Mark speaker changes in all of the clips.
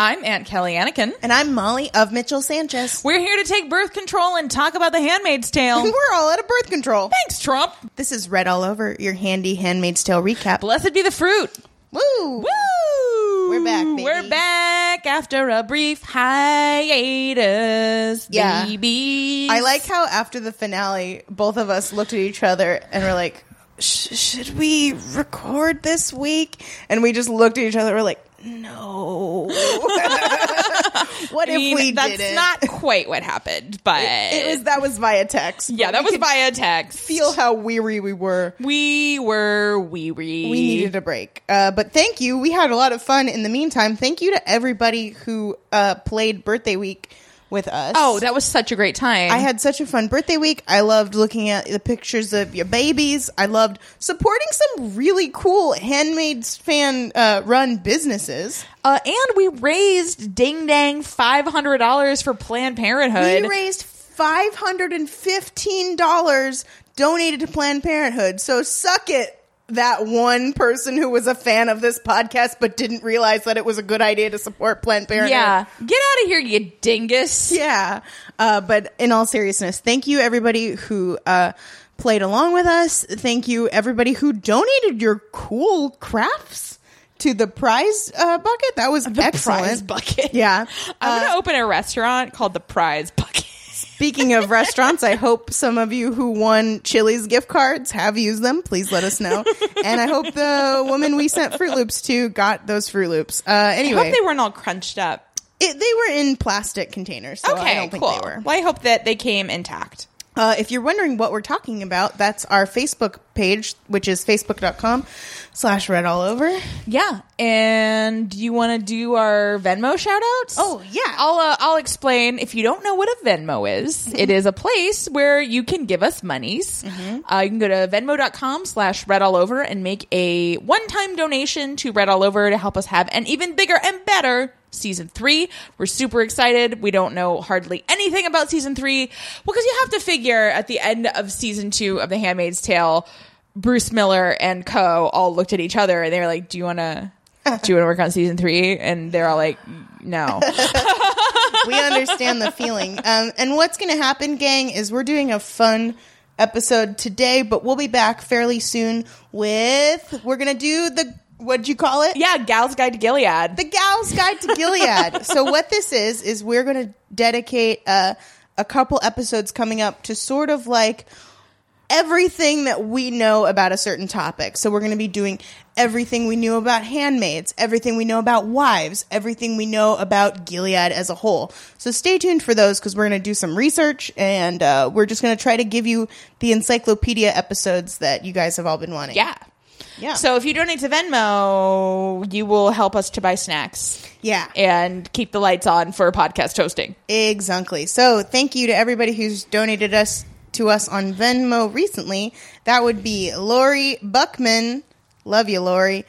Speaker 1: I'm Aunt Kelly Anakin.
Speaker 2: And I'm Molly of Mitchell Sanchez.
Speaker 1: We're here to take birth control and talk about The Handmaid's Tale.
Speaker 2: We're all out of birth control.
Speaker 1: Thanks, Trump.
Speaker 2: This is Red All Over, your handy Handmaid's Tale recap.
Speaker 1: Blessed be the fruit.
Speaker 2: Woo!
Speaker 1: Woo!
Speaker 2: We're back, baby.
Speaker 1: We're back after a brief hiatus.
Speaker 2: Yeah.
Speaker 1: babies.
Speaker 2: I like how after the finale, both of us looked at each other and were like, "Sh- should we record this week? And we just looked at each other. We're like, no. what
Speaker 1: I mean,
Speaker 2: if we
Speaker 1: that's
Speaker 2: didn't?
Speaker 1: not quite what happened, but
Speaker 2: it was that was via text.
Speaker 1: yeah,
Speaker 2: but
Speaker 1: that
Speaker 2: we
Speaker 1: was
Speaker 2: could
Speaker 1: via text.
Speaker 2: feel how weary we were.
Speaker 1: we were weary.
Speaker 2: we needed a break. Uh, but thank you. We had a lot of fun in the meantime. Thank you to everybody who uh, played Birthday Week with us.
Speaker 1: Oh, that was such a great time.
Speaker 2: I had such a fun birthday week. I loved looking at the pictures of your babies. I loved supporting some really cool handmaids fan uh, run businesses.
Speaker 1: uh, and we raised ding dang five hundred dollars for Planned Parenthood.
Speaker 2: We raised five hundred and fifteen dollars donated to Planned Parenthood. So suck it. That one person who was a fan of this podcast but didn't realize that it was a good idea to support Planned Parenthood.
Speaker 1: yeah, get out of here, you dingus.
Speaker 2: yeah. Uh, but in all seriousness, thank you everybody who uh, played along with us. Thank you everybody who donated your cool crafts to the prize uh, bucket. That was excellent.
Speaker 1: Prize bucket.
Speaker 2: Yeah.
Speaker 1: I'm gonna open a restaurant called the Prize Bucket.
Speaker 2: Speaking of restaurants, I hope some of you who won Chili's gift cards have used them. Please let us know. And I hope the woman we sent Fruit Loops to got those Fruit Loops. Uh,
Speaker 1: I
Speaker 2: anyway,
Speaker 1: hope they weren't all crunched up.
Speaker 2: it, they were in plastic containers. So I
Speaker 1: okay,
Speaker 2: don't think
Speaker 1: cool.
Speaker 2: they were.
Speaker 1: Well, I hope that they came intact.
Speaker 2: Uh, if you're wondering what we're talking about, that's our Facebook page, which is facebook.com slash red all over.
Speaker 1: Yeah, and you want to do our Venmo shout outs?
Speaker 2: Oh, yeah.
Speaker 1: I'll uh, I'll explain. If you don't know what a Venmo is, it is a place where you can give us monies. Uh, you can go to venmo.com slash red all over and make a one time donation to Red All Over to help us have an even bigger and better season three. We're super excited. We don't know hardly anything about season three. Well, because you have to figure at the end of season two of The Handmaid's Tale, Bruce Miller and co all looked at each other and they were like, "Do you want to do you want to work on season 3?" And they're all like, "No."
Speaker 2: We understand the feeling. Um, and what's going to happen, gang, is we're doing a fun episode today, but we'll be back fairly soon with, we're going to do the, what'd you call it?
Speaker 1: yeah, Gal's Guide to Gilead.
Speaker 2: The Gal's Guide to Gilead. so what this is is we're going to dedicate uh, a couple episodes coming up to sort of like everything that we know about a certain topic. So we're going to be doing everything we knew about handmaids, everything we know about wives, everything we know about Gilead as a whole. So stay tuned for those because we're going to do some research and uh, we're just going to try to give you the encyclopedia episodes that you guys have all been wanting.
Speaker 1: yeah.
Speaker 2: yeah.
Speaker 1: So if you donate to Venmo, you will help us to buy snacks
Speaker 2: yeah,
Speaker 1: and keep the lights on for podcast hosting.
Speaker 2: Exactly. So thank you to everybody who's donated us to us on Venmo recently. That would be Lori Buckman. Love you, Lori.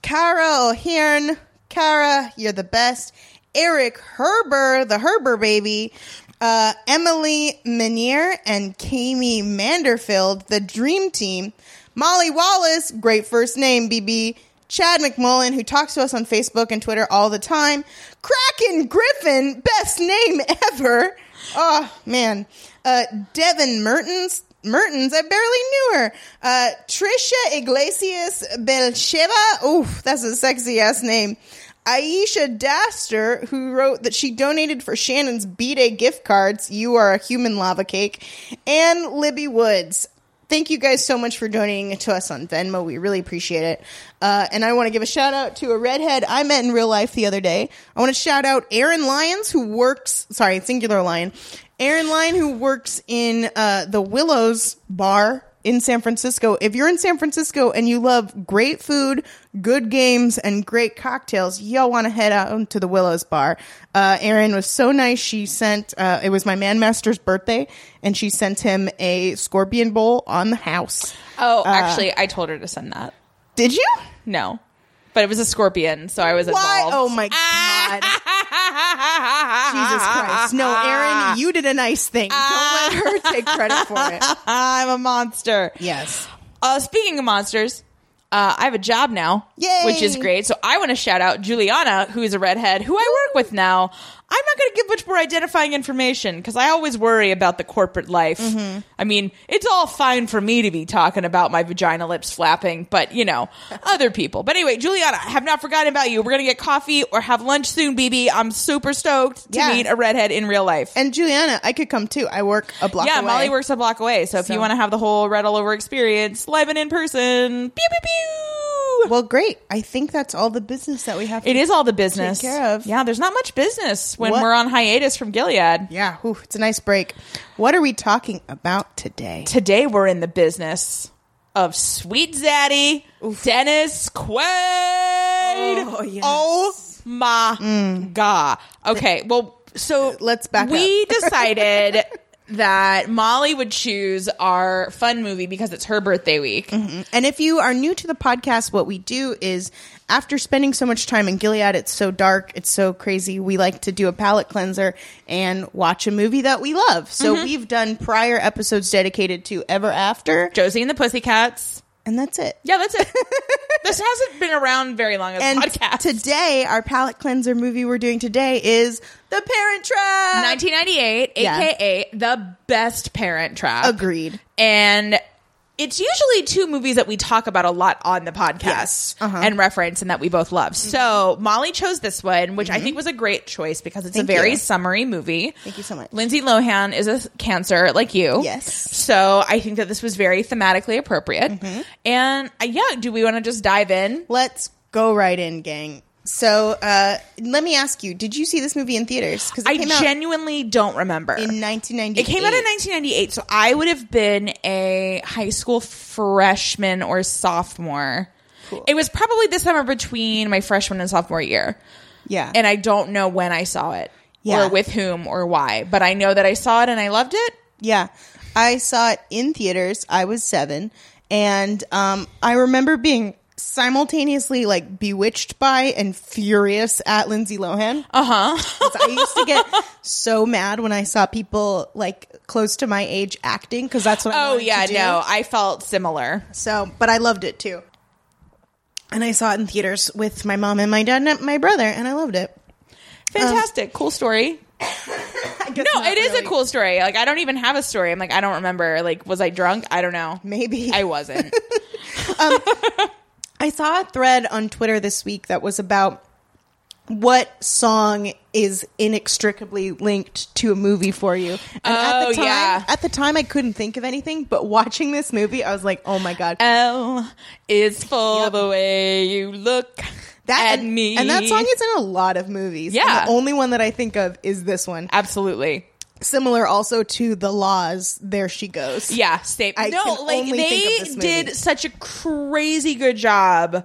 Speaker 2: Cara O'Hearn. Cara, you're the best. Eric Herber, the Herber baby. Uh, Emily Menier and Kami Manderfield, the dream team. Molly Wallace, great first name, BB. Chad McMullen, who talks to us on Facebook and Twitter all the time. Kraken Griffin, best name ever. Oh, man. Uh, Devin Mertens. Mertens, I barely knew her. Uh, Trisha Iglesias Belsheva. Oof, that's a sexy ass name. Aisha Daster, who wrote that she donated for Shannon's B Day gift cards. You are a human lava cake. And Libby Woods thank you guys so much for donating to us on Venmo. We really appreciate it. Uh, and I want to give a shout out to a redhead I met in real life the other day. I want to shout out Aaron Lyons, who works, sorry, singular lion. Aaron Lyon, who works in uh, the Willows bar in San Francisco. If you're in San Francisco and you love great food, good games, and great cocktails, y'all want to head out to the Willows Bar. Uh, Erin was so nice. She sent, uh, it was my man master's birthday, and she sent him a scorpion bowl on the house.
Speaker 1: Oh, actually, I told her to send that.
Speaker 2: Did you?
Speaker 1: No. But it was a scorpion, so I was
Speaker 2: Why?
Speaker 1: involved.
Speaker 2: Oh my God. Jesus Christ. No, Aaron, you did a nice thing. Don't let her take credit for it.
Speaker 1: Oh, I'm a monster.
Speaker 2: Yes.
Speaker 1: Uh, speaking of monsters, uh, I have a job now,
Speaker 2: Yay.
Speaker 1: which is great. So I want to shout out Juliana, who is a redhead who I work with now. I'm not going to give much more identifying information because I always worry about the corporate life. I mean, it's all fine for me to be talking about my vagina lips flapping, but you know, other people. But anyway, Juliana, I have not forgotten about you. We're going to get coffee or have lunch soon, BB. I'm super stoked to
Speaker 2: Yeah.
Speaker 1: meet a redhead in real life.
Speaker 2: And Juliana, I could come too. I work a block
Speaker 1: yeah,
Speaker 2: away.
Speaker 1: Molly works a block away. So if
Speaker 2: So-
Speaker 1: you want to have the whole red all over experience, live and in person, pew pew pew.
Speaker 2: Well, great. I think that's all the business that we have.
Speaker 1: It is all the business.
Speaker 2: Take care of.
Speaker 1: Yeah, there's not much business when
Speaker 2: What-
Speaker 1: we're on hiatus from Gilead.
Speaker 2: Yeah, whew, it's a nice break. What are we talking about today?
Speaker 1: Today we're in the business of Sweet Zaddy Dennis Quaid. Oh,
Speaker 2: yes. Mm.
Speaker 1: my god. Okay, well, so
Speaker 2: Uh, Let's back
Speaker 1: We decided that Molly would choose our fun movie because it's her birthday week.
Speaker 2: And if you are new to the podcast, what we do is after spending so much time in Gilead, it's so dark, it's so crazy, we like to do a palate cleanser and watch a movie that we love. So
Speaker 1: Mm-hmm.
Speaker 2: we've done prior episodes dedicated to Ever After,
Speaker 1: Josie and the Pussycats.
Speaker 2: and that's it.
Speaker 1: Yeah, that's it. this hasn't been around very long as a
Speaker 2: And
Speaker 1: podcast.
Speaker 2: today, our palate cleanser movie we're doing today is The Parent Trap.
Speaker 1: 1998,
Speaker 2: Yeah.
Speaker 1: aka the best Parent Trap.
Speaker 2: Agreed.
Speaker 1: And it's usually two movies that we talk about a lot on the podcast
Speaker 2: Yes. Uh-huh. Mm-hmm.
Speaker 1: and reference and that we both love. So Molly chose this one, which I think was a great choice because it's
Speaker 2: Thank
Speaker 1: a very
Speaker 2: you.
Speaker 1: summary movie.
Speaker 2: Thank you so much.
Speaker 1: Lindsay Lohan is a cancer like you.
Speaker 2: Yes. Mm-hmm.
Speaker 1: So I think that this was very thematically appropriate. And uh, yeah, do we want to just dive in?
Speaker 2: Let's go right in, gang. So uh, let me ask you: Did you see this movie in theaters? Because it
Speaker 1: I
Speaker 2: came out
Speaker 1: genuinely don't remember.
Speaker 2: in 1998.
Speaker 1: It came out in 1998, so I would have been a high school freshman or sophomore. It was probably the summer between my freshman and sophomore year,
Speaker 2: yeah,
Speaker 1: and I don't know when I saw it
Speaker 2: Yeah.
Speaker 1: or with whom or why, but I know that I saw it and I loved it.
Speaker 2: yeah, I saw it in theaters. I was seven, and um, I remember being simultaneously like bewitched by and furious at Lindsay Lohan. Uh
Speaker 1: Uh-huh.
Speaker 2: huh. I used to get so mad when I saw people like close to my age acting because that's what. I
Speaker 1: Oh
Speaker 2: wanted
Speaker 1: yeah,
Speaker 2: to do.
Speaker 1: no, I felt similar.
Speaker 2: So, but I loved it too. And I saw it in theaters with my mom and my dad and my brother, and I loved it.
Speaker 1: Fantastic, cool story. Um, No, it is a cool story. Like I don't even have a story. I'm like I don't remember. Like was I drunk? I don't know.
Speaker 2: Maybe.
Speaker 1: I wasn't.
Speaker 2: I saw a thread on Twitter this week that was about what song is inextricably linked to a movie for you. And at
Speaker 1: Oh,
Speaker 2: the time,
Speaker 1: yeah.
Speaker 2: at the time I couldn't think of anything, but watching this movie, I was like, "Oh my god."
Speaker 1: L is for
Speaker 2: Yep.
Speaker 1: the way you look
Speaker 2: that
Speaker 1: at me.
Speaker 2: And that song is in a lot of movies. And
Speaker 1: Yeah.
Speaker 2: the only one that I think of is this one.
Speaker 1: absolutely.
Speaker 2: Similar also to The Laws, There She Goes.
Speaker 1: Yeah, same.
Speaker 2: I
Speaker 1: no,
Speaker 2: can
Speaker 1: like
Speaker 2: only
Speaker 1: they
Speaker 2: think of this movie.
Speaker 1: did such a crazy good job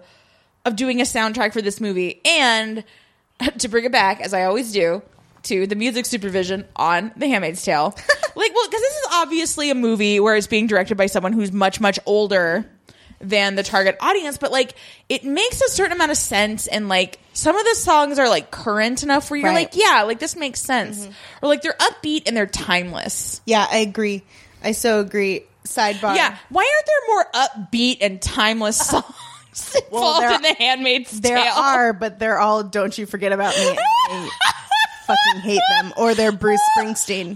Speaker 1: of doing a soundtrack for this movie, and to bring it back as I always do to the music supervision on The Handmaid's Tale. like, well, because this is obviously a movie where it's being directed by someone who's much much older than the target audience, but like it makes a certain amount of sense, and like some of the songs are like current enough where you're
Speaker 2: Right. Mm-hmm.
Speaker 1: like, yeah, like this makes sense, or like they're upbeat and they're timeless.
Speaker 2: Yeah, I agree. I so agree. Sidebar.
Speaker 1: Yeah. Why aren't there more upbeat and timeless songs involved
Speaker 2: there-
Speaker 1: in The Handmaid's
Speaker 2: There
Speaker 1: Tale?
Speaker 2: are, but they're all Don't You Forget About Me. and I fucking hate them. Or they're Bruce Springsteen.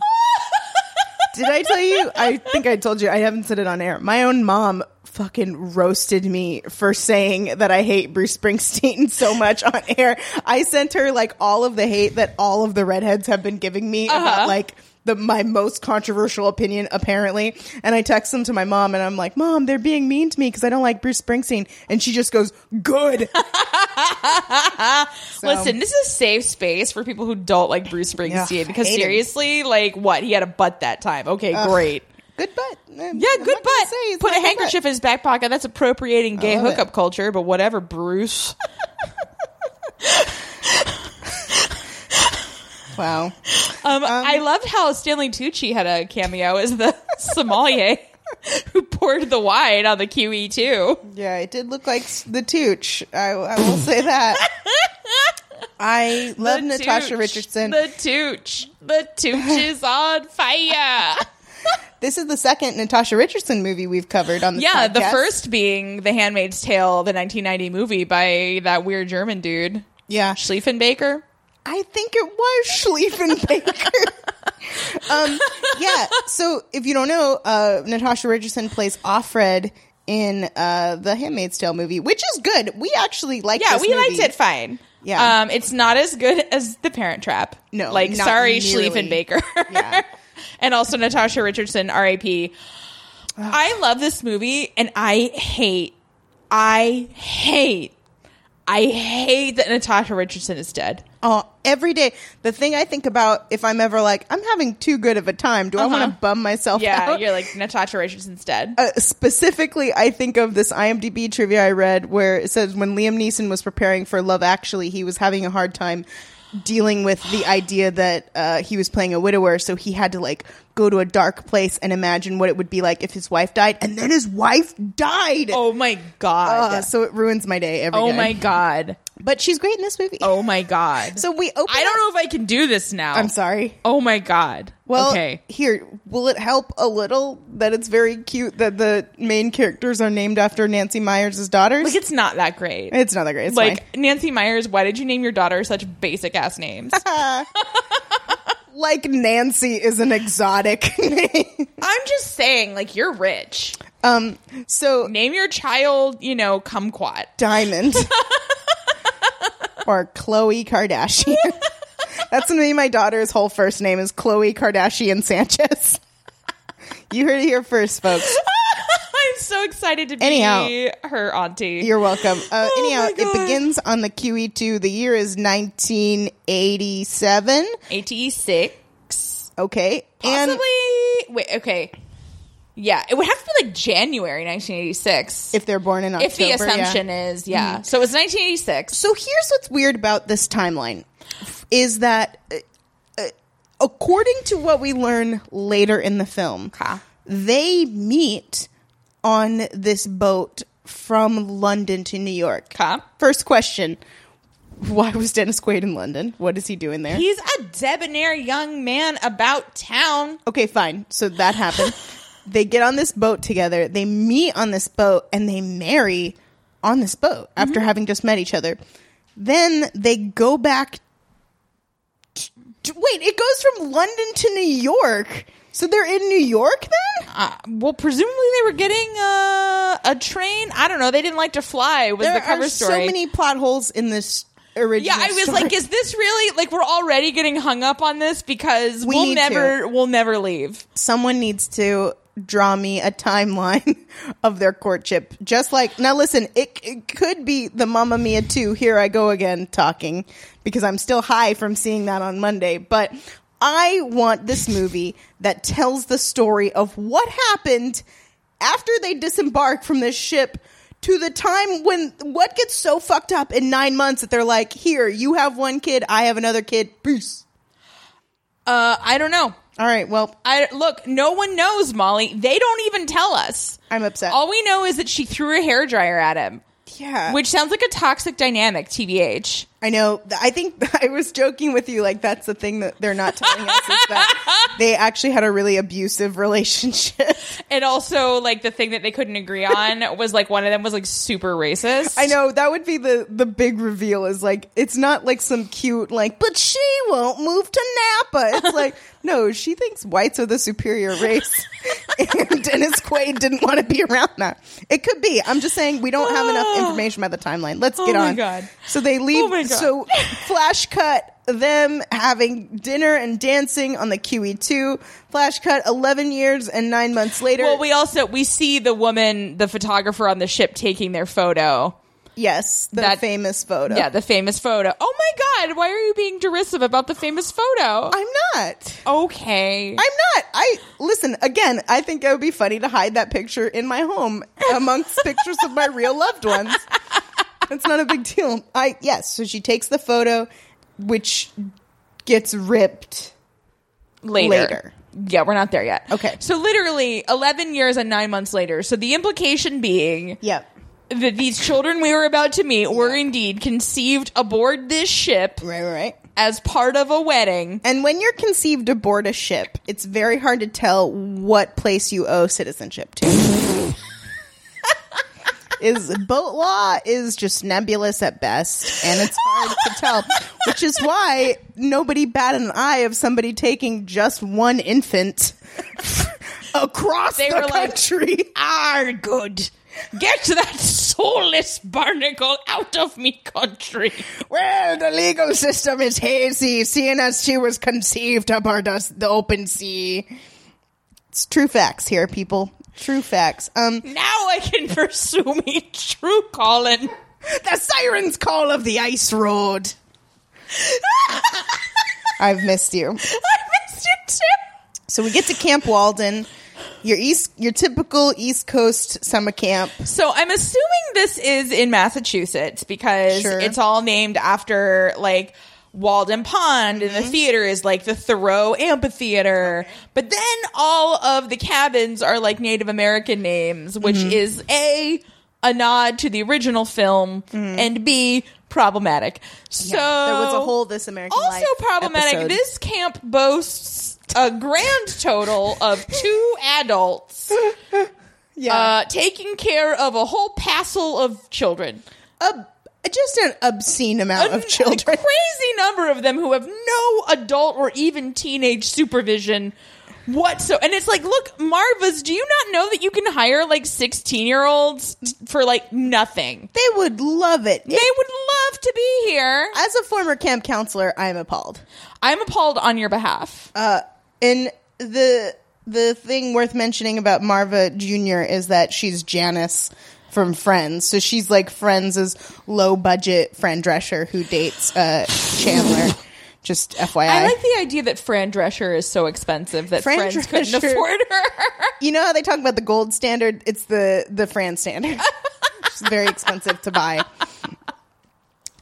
Speaker 2: Did I tell you? I think I told you. I haven't said it on air. My own mom fucking roasted me for saying that I hate Bruce Springsteen so much on air. I sent her like all of the hate that all of the redheads have been giving me
Speaker 1: Uh-huh.
Speaker 2: about like the my most controversial opinion apparently. And I text them to my mom and I'm like, "Mom, they're being mean to me because I don't like Bruce Springsteen." And she just goes, "Good." So-
Speaker 1: Listen, this is a safe space for people who don't like Bruce Springsteen
Speaker 2: Ugh,
Speaker 1: because
Speaker 2: hate him.
Speaker 1: seriously, like what? He had a butt that time. Okay, great.
Speaker 2: Good butt. Yeah,
Speaker 1: Yeah, good butt. Put a handkerchief in his back pocket. That's appropriating gay
Speaker 2: love it.
Speaker 1: hookup culture, but whatever, Bruce.
Speaker 2: Wow.
Speaker 1: Um, I loved how Stanley Tucci had a cameo as the sommelier who poured the wine on the E, QE2.
Speaker 2: Yeah, it did look like s- the tooch. I, I will say that. I love
Speaker 1: The
Speaker 2: Natasha
Speaker 1: tooch.
Speaker 2: Richardson.
Speaker 1: The tooch. The tooch is on fire.
Speaker 2: this is the second Natasha Richardson movie we've covered on this
Speaker 1: yeah, the
Speaker 2: podcast.
Speaker 1: first being The Handmaid's Tale, the 1990 movie by that weird German dude,
Speaker 2: Yeah.
Speaker 1: Schlieffenbaker.
Speaker 2: I think it was Schlieffenbaker. um, yeah. So if you don't know, uh, Natasha Richardson plays Offred in uh, the Handmaid's Tale movie, which is good. We actually liked.
Speaker 1: Yeah,
Speaker 2: this
Speaker 1: we
Speaker 2: movie.
Speaker 1: liked it fine.
Speaker 2: Yeah.
Speaker 1: Um, it's not as good as The Parent Trap.
Speaker 2: No,
Speaker 1: Like,
Speaker 2: not
Speaker 1: sorry,
Speaker 2: nearly.
Speaker 1: Schlieffenbaker.
Speaker 2: Yeah.
Speaker 1: and also Natasha Richardson, R.A.P. I love this movie, and I hate, I hate, I hate that Natasha Richardson is dead.
Speaker 2: Oh, every day. The thing I think about if I'm ever like, I'm having too good of a time. Do I
Speaker 1: Uh-huh.
Speaker 2: want to bum myself
Speaker 1: Yeah,
Speaker 2: out?
Speaker 1: you're like Natasha Richardson's dead.
Speaker 2: uh, specifically, I think of this IMDb trivia I read where it says when Liam Neeson was preparing for Love Actually, he was having a hard time dealing with the idea that uh, he was playing a widower, so he had to like go to a dark place and imagine what it would be like if his wife died, and then his wife died.
Speaker 1: oh my
Speaker 2: Uh,
Speaker 1: god.
Speaker 2: so it ruins my day every day.
Speaker 1: oh my god.
Speaker 2: But she's great in this movie.
Speaker 1: Oh my god.
Speaker 2: So we open.
Speaker 1: I don't know if I can do this now.
Speaker 2: I'm sorry.
Speaker 1: Oh my god.
Speaker 2: Well,
Speaker 1: okay.
Speaker 2: here, will it help a little that it's very cute that the main characters are named after Nancy Myers' daughters?
Speaker 1: Like it's not that great.
Speaker 2: It's not that great. It's
Speaker 1: like
Speaker 2: fine.
Speaker 1: Nancy Myers, why did you name your daughter such basic ass names?
Speaker 2: Like Nancy is an exotic name.
Speaker 1: I'm just saying, like you're rich.
Speaker 2: Um, so
Speaker 1: Name your child, you know, kumquat.
Speaker 2: Diamond or Chloe Kardashian. That's gonna be my daughter's whole first name is Chloe Kardashian Sanchez. You heard it here first, folks.
Speaker 1: I'm so excited to be
Speaker 2: Anyhow.
Speaker 1: her auntie.
Speaker 2: You're welcome. Uh,
Speaker 1: Oh
Speaker 2: anyhow,
Speaker 1: my
Speaker 2: it
Speaker 1: God.
Speaker 2: E
Speaker 1: Mm-hmm.
Speaker 2: uh,
Speaker 1: Uh, Uh,
Speaker 2: Uh, E
Speaker 1: Oh that these children we were about to meet were indeed conceived aboard this ship
Speaker 2: Right, right, right.
Speaker 1: as part of a wedding.
Speaker 2: And when you're conceived aboard a ship, it's very hard to tell what place you owe citizenship to. is boat law is just nebulous at best, and it's hard to tell, which is why nobody bat an eye of somebody taking just one infant across
Speaker 1: They
Speaker 2: the
Speaker 1: were like-
Speaker 2: country.
Speaker 1: Are good. Get that soulless barnacle out of me country.
Speaker 2: well, the legal system is hazy, seeing as she was conceived aboard us, the open sea. It's true facts here, people. True facts. Um,
Speaker 1: Now I can pursue me true calling.
Speaker 2: the siren's call of the ice road. I've missed you.
Speaker 1: I missed you too.
Speaker 2: So we get to Camp Walden, your east, your typical East Coast summer camp.
Speaker 1: So I'm assuming this is in Massachusetts because
Speaker 2: Sure.
Speaker 1: it's all named after like Walden Pond and the
Speaker 2: Mm-hmm.
Speaker 1: theater is like the Thoreau Amphitheater. But then all of the cabins are like Native American names, which
Speaker 2: Mm-hmm.
Speaker 1: is A, a nod to the original film, and B, problematic. So
Speaker 2: Mm-hmm. there was a whole This American
Speaker 1: Oh. also uh,
Speaker 2: Life
Speaker 1: problematic.
Speaker 2: episode.
Speaker 1: This camp boasts a grand total of two adults
Speaker 2: yeah,
Speaker 1: uh, taking care of a whole passel of children.
Speaker 2: Ob- just an obscene amount of children.
Speaker 1: A crazy number of them who have no adult or even teenage supervision whatsoever. And it's like, look, Marvas, do you not know that you can hire like 16 year olds for like nothing?
Speaker 2: They would love it.
Speaker 1: They would love to be here.
Speaker 2: As a former camp counselor, I am appalled.
Speaker 1: I'm appalled on your behalf.
Speaker 2: Uh, And the the thing worth mentioning about Marva Jr. is that she's Janice from Friends. So she's like Friends' low budget friend dresser who dates uh, Chandler. Just FYI.
Speaker 1: I like the idea that Fran Drescher is so expensive that
Speaker 2: Fran
Speaker 1: friends couldn't
Speaker 2: Drescher.
Speaker 1: afford her.
Speaker 2: you know how they talk about the gold standard? It's the the Fran standard. it's very expensive to buy.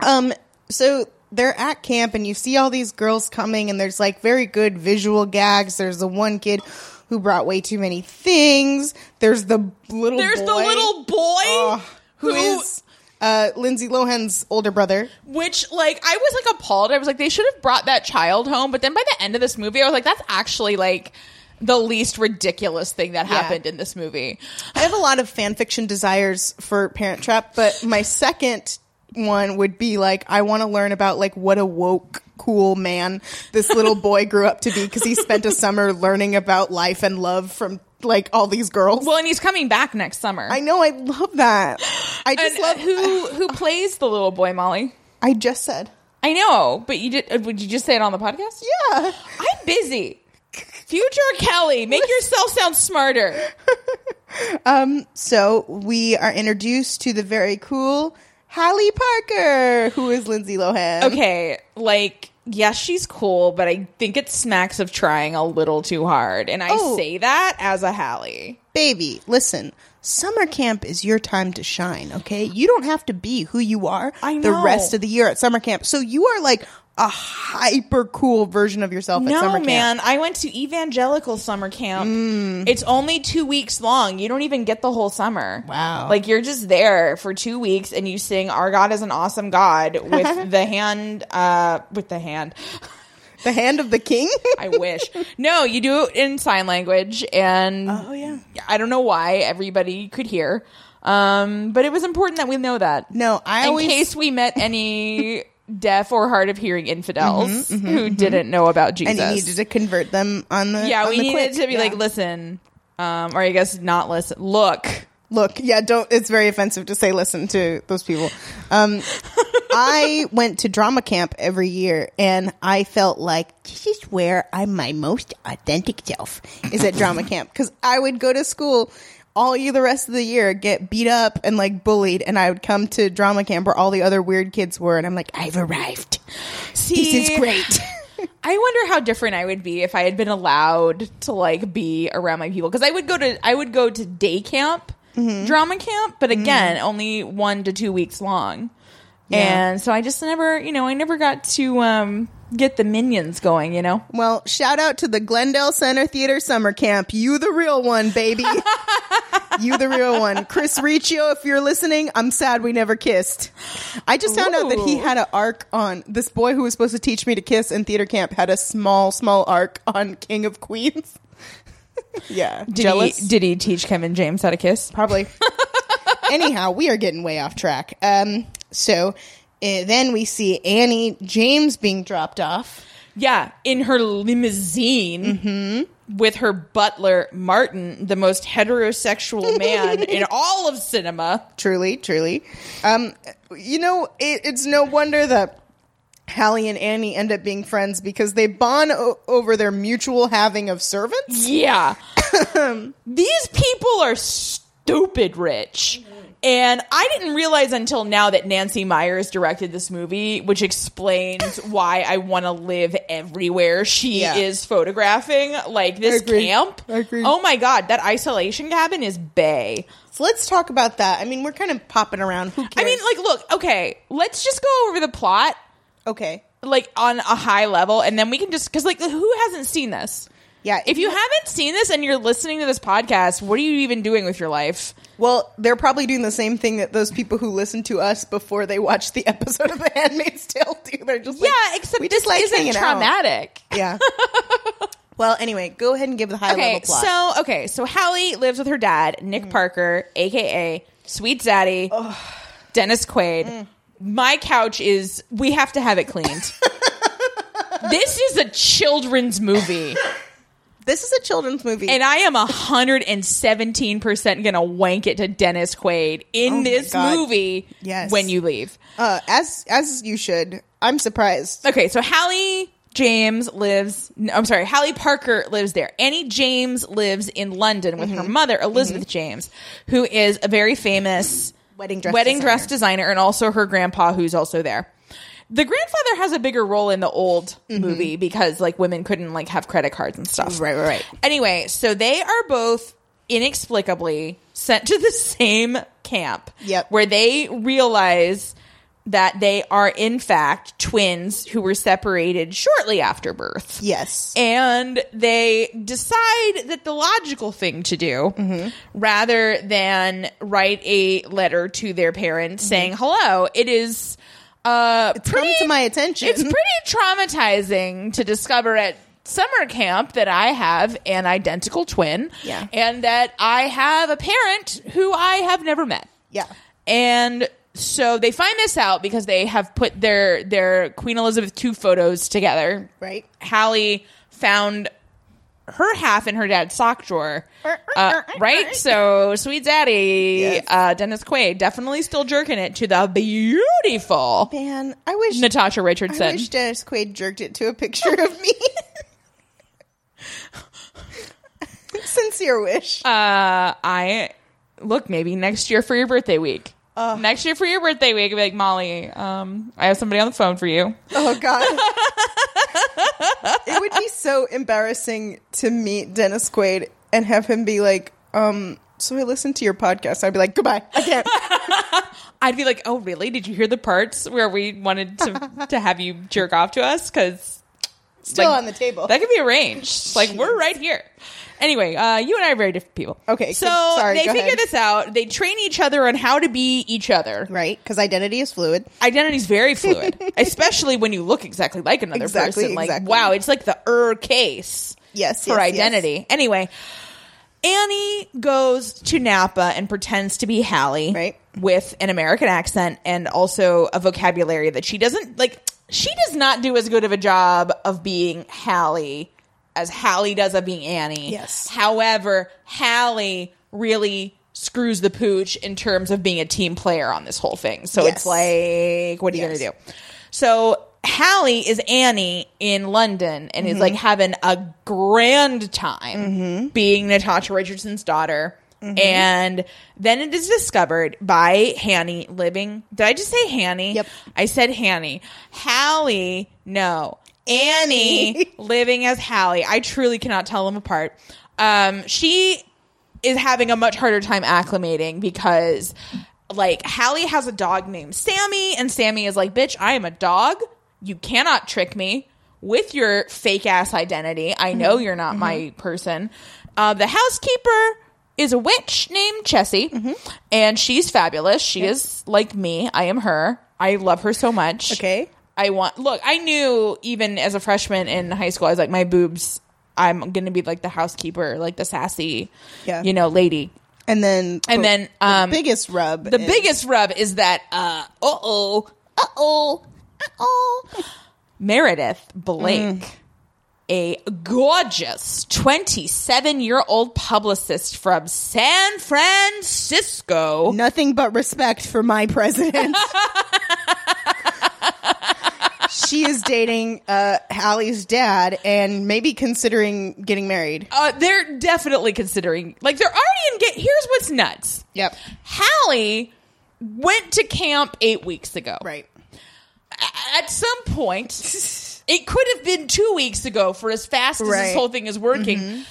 Speaker 2: Um, so they're at camp and you see all these girls coming and there's like very good visual gags. There's the one kid who brought way too many things. There's the little
Speaker 1: There's the
Speaker 2: boy,
Speaker 1: little boy
Speaker 2: uh,
Speaker 1: who,
Speaker 2: who is uh Lindsay Lohan's older brother.
Speaker 1: which like I was like appalled. I was like, they should have brought that child home. But then by the end of this movie, I was like, that's actually like the least ridiculous thing that happened in this movie.
Speaker 2: I have a lot of fan fiction desires for Parent Trap, but my second one would be like I want to learn about like what a woke cool man this little boy grew up to be because he spent a summer learning about life and love from like all these girls.
Speaker 1: Well, and he's coming back next summer.
Speaker 2: I know I love that. I just
Speaker 1: and uh,
Speaker 2: love
Speaker 1: who who plays the little boy, Molly.
Speaker 2: I just said.
Speaker 1: I know, but you did. uh, Would you just say it on the podcast?
Speaker 2: Yeah.
Speaker 1: I'm busy. Future Kelly, make yourself sound smarter.
Speaker 2: So we are introduced to the very cool Hallie Parker, who is Lindsay Lohan.
Speaker 1: okay, like yes, she's cool, but I think it smacks of trying a little too hard, and I
Speaker 2: Oh.
Speaker 1: say that as a Hallie.
Speaker 2: baby, listen. Summer camp is your time to shine, okay? You don't have to be who you are
Speaker 1: I
Speaker 2: the
Speaker 1: know.
Speaker 2: rest of the year at summer camp. So you are like a hyper cool version of yourself at summer
Speaker 1: No,
Speaker 2: camp.
Speaker 1: man, I went to evangelical summer camp.
Speaker 2: Mm.
Speaker 1: It's only two weeks long. You don't even get the whole summer.
Speaker 2: Wow.
Speaker 1: Like you're just there for two weeks and you sing "Our God is an awesome God" with the hand, uh, with the hand.
Speaker 2: The hand of the king?
Speaker 1: I wish. no, you do it in sign language, and
Speaker 2: Oh, yeah.
Speaker 1: I don't know why everybody could hear, um, but it was important that we know that.
Speaker 2: no, I
Speaker 1: in
Speaker 2: always
Speaker 1: case we met any deaf or hard of hearing infidels who didn't know about Jesus.
Speaker 2: Mm-hmm, and you needed to convert them on the
Speaker 1: yeah,
Speaker 2: on
Speaker 1: we
Speaker 2: the
Speaker 1: needed
Speaker 2: quick.
Speaker 1: to be
Speaker 2: Yeah.
Speaker 1: like, listen, um, or I guess not listen. Look,
Speaker 2: look yeah don't it's very offensive to say listen to those people um i went to drama camp every year and i felt like this is where i'm my most authentic self is at drama camp because i would go to school all year the rest of the year get beat up and like bullied and i would come to drama camp where all the other weird kids were and i'm like i've arrived
Speaker 1: see,
Speaker 2: this is great
Speaker 1: I wonder how different I would be if I had been allowed to like be around my people because I would go to I would go to day camp, drama camp, but again, only one to two weeks long,
Speaker 2: Yeah.
Speaker 1: and so I just never, you know, I never got to um, get the minions going, you know.
Speaker 2: Well, shout out to the Glendale Center Theater Summer Camp. You the real one, baby. you the real one. Chris Riccio, if you're listening, I'm sad we never kissed. I just found out that he
Speaker 1: Ooh.
Speaker 2: had an arc on this boy who was supposed to teach me to kiss in theater camp had a small, small arc on King of Queens. yeah.
Speaker 1: Did
Speaker 2: Jealous?
Speaker 1: he did he teach Kevin James how to kiss?
Speaker 2: Probably. Anyhow, we are getting way off track. Um, so uh, then we see Annie James being dropped off.
Speaker 1: Yeah, in her limousine
Speaker 2: Mm-hmm.
Speaker 1: with her butler Martin, the most heterosexual man in all of cinema.
Speaker 2: Truly, truly. Um, you know, it, it's no wonder that Hallie and Annie end up being friends because they bond o- over their mutual having of servants.
Speaker 1: Yeah. These people are stupid rich. And I didn't realize until now that Nancy Myers directed this movie, which explains why I want to live everywhere she
Speaker 2: Yeah.
Speaker 1: is photographing, like this
Speaker 2: agree.
Speaker 1: camp.
Speaker 2: I agree.
Speaker 1: Oh my god, that isolation cabin is bay.
Speaker 2: So let's talk about that. I mean, we're kind of popping around. Who
Speaker 1: I
Speaker 2: cares?
Speaker 1: mean, like look, okay, let's just go over the plot
Speaker 2: okay.
Speaker 1: like on a high level and then we can just cuz like who hasn't seen this?
Speaker 2: Yeah.
Speaker 1: If you haven't seen this and you're listening to this podcast, what are you even doing with your life?
Speaker 2: Well, they're probably doing the same thing that those people who listen to us before they watch the episode of The Handmaid's Tale do. They're just like,
Speaker 1: yeah, except
Speaker 2: we
Speaker 1: this
Speaker 2: just like hanging
Speaker 1: isn't
Speaker 2: out.
Speaker 1: traumatic.
Speaker 2: Yeah. well, anyway, go ahead and give the high
Speaker 1: Okay,
Speaker 2: level plot.
Speaker 1: so okay, so Hallie lives with her dad, Nick Parker, aka Sweet Daddy, Dennis Quaid. My couch is we have to have it cleaned. this is a children's movie,
Speaker 2: this is a children's movie.
Speaker 1: and I am hundred and seventeen percent gonna wank it to Dennis Quaid in
Speaker 2: Oh my
Speaker 1: this
Speaker 2: God.
Speaker 1: movie
Speaker 2: Yes.
Speaker 1: when you leave.
Speaker 2: uh, as as you should. I'm surprised.
Speaker 1: Okay, so Hallie James lives. no, I'm sorry, Hallie Parker lives there. Annie James lives in London with
Speaker 2: Mm-hmm.
Speaker 1: her mother, Elizabeth James, who is a very famous
Speaker 2: Wedding dress
Speaker 1: wedding
Speaker 2: designer.
Speaker 1: dress designer, and also her grandpa, who's also there. The grandfather has a bigger role in the old movie because like women couldn't like have credit cards and stuff.
Speaker 2: Mm-hmm. Right, right, right.
Speaker 1: Anyway, so they are both inexplicably sent to the same camp.
Speaker 2: Yep.
Speaker 1: Where they realize that they are in fact twins who were separated shortly after birth.
Speaker 2: Yes.
Speaker 1: And they decide that the logical thing to do, rather than write a letter to their parents saying hello, it is uh,
Speaker 2: Come
Speaker 1: pretty
Speaker 2: to my attention.
Speaker 1: it's pretty traumatizing to discover at summer camp that I have an identical twin.
Speaker 2: Yeah.
Speaker 1: And that I have a parent who I have never met.
Speaker 2: yeah.
Speaker 1: And so they find this out because they have put their their Queen Elizabeth II photos together.
Speaker 2: Right.
Speaker 1: Hallie found her half in her dad's sock drawer.
Speaker 2: Er,
Speaker 1: Uh, right? So, sweet daddy,
Speaker 2: Yes.
Speaker 1: uh, Dennis Quaid, definitely still jerking it to the beautiful
Speaker 2: Man, I wish
Speaker 1: Natasha Richardson.
Speaker 2: I wish Dennis Quaid jerked it to a picture of me. Sincere wish.
Speaker 1: uh, I look maybe next year for your birthday week. next year for your birthday week, I'd be like Molly, um, I have somebody on the phone for you.
Speaker 2: Oh God. it would be so embarrassing to meet Dennis Quaid and have him be like, um, so I listened to your podcast. I'd be like, goodbye. I can't.
Speaker 1: I'd be like, oh really? Did you hear the parts where we wanted to to have you jerk off to us? Because
Speaker 2: Still on the table.
Speaker 1: That could be arranged. Like we're right here. Anyway, uh, you and I are very different people.
Speaker 2: Okay,
Speaker 1: so
Speaker 2: good. Sorry,
Speaker 1: they
Speaker 2: go
Speaker 1: figure
Speaker 2: ahead.
Speaker 1: this out. They train each other on how to be each other.
Speaker 2: right? Because identity is fluid.
Speaker 1: identity's very fluid, especially when you look exactly like another
Speaker 2: Exactly,
Speaker 1: person. Like,
Speaker 2: exactly.
Speaker 1: wow, it's like the er case
Speaker 2: Yes,
Speaker 1: for
Speaker 2: yes, yes.
Speaker 1: identity. Anyway, Annie goes to Napa and pretends to be Hallie
Speaker 2: Right.
Speaker 1: with an American accent and also a vocabulary that she doesn't like. She does not do as good of a job of being Hallie as Hallie does of being Annie.
Speaker 2: Yes.
Speaker 1: However, Hallie really screws the pooch in terms of being a team player on this whole thing. So
Speaker 2: Yes.
Speaker 1: it's like, what are you
Speaker 2: Yes.
Speaker 1: going to do? So Hallie is Annie in London and is like
Speaker 2: Mm-hmm.
Speaker 1: having a grand time being Natasha Richardson's daughter.
Speaker 2: Mm-hmm.
Speaker 1: And then it is discovered by Hanny living. Did I just say Hanny?
Speaker 2: Yep.
Speaker 1: I said Hanny. Hallie, no. Annie living as Hallie. I truly cannot tell them apart. Um, she is having a much harder time acclimating because like Hallie has a dog named Sammy and Sammy is like, "Bitch, I am a dog. You cannot trick me with your fake ass identity. I know you're not my person." Uh, the housekeeper is a witch named Chessie, and she's fabulous. She is like me. I am her. I love her so much.
Speaker 2: Okay.
Speaker 1: I want look. I knew even as a freshman in high school, I was like, my boobs. I'm gonna be like the housekeeper, like the sassy,
Speaker 2: Yeah.
Speaker 1: you know, lady.
Speaker 2: And then
Speaker 1: And then, um,
Speaker 2: the biggest rub.
Speaker 1: The
Speaker 2: is-
Speaker 1: biggest rub is that uh oh uh oh uh oh Meredith Blake,
Speaker 2: Mm.
Speaker 1: a gorgeous twenty seven year old publicist from San Francisco.
Speaker 2: nothing but respect for my president. she is dating uh Hallie's dad and maybe considering getting married.
Speaker 1: Uh, they're definitely considering like they're already in get here's what's nuts.
Speaker 2: Yep.
Speaker 1: Hallie went to camp eight weeks ago.
Speaker 2: Right.
Speaker 1: A- At some point, it could have been two weeks ago for as fast as
Speaker 2: Right. Mm-hmm.
Speaker 1: this whole thing is working.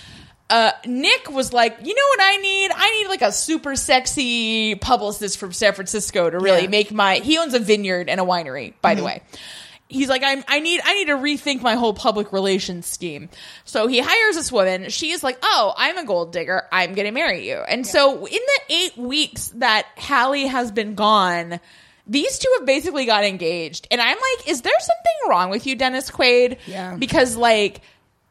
Speaker 1: Uh, Nick was like, you know what I need? I need like a super sexy publicist from San Francisco to really
Speaker 2: Yeah.
Speaker 1: make my. He owns a vineyard and a winery, by the way. He's like, I'm, I need, I need to rethink my whole public relations scheme. So he hires this woman. She is like, oh, I'm a gold digger. I'm going to marry you. And so in the eight weeks that Hallie has been gone, these two have basically got engaged. And I'm like, is there something wrong with you, Dennis Quaid?
Speaker 2: Yeah.
Speaker 1: Because like,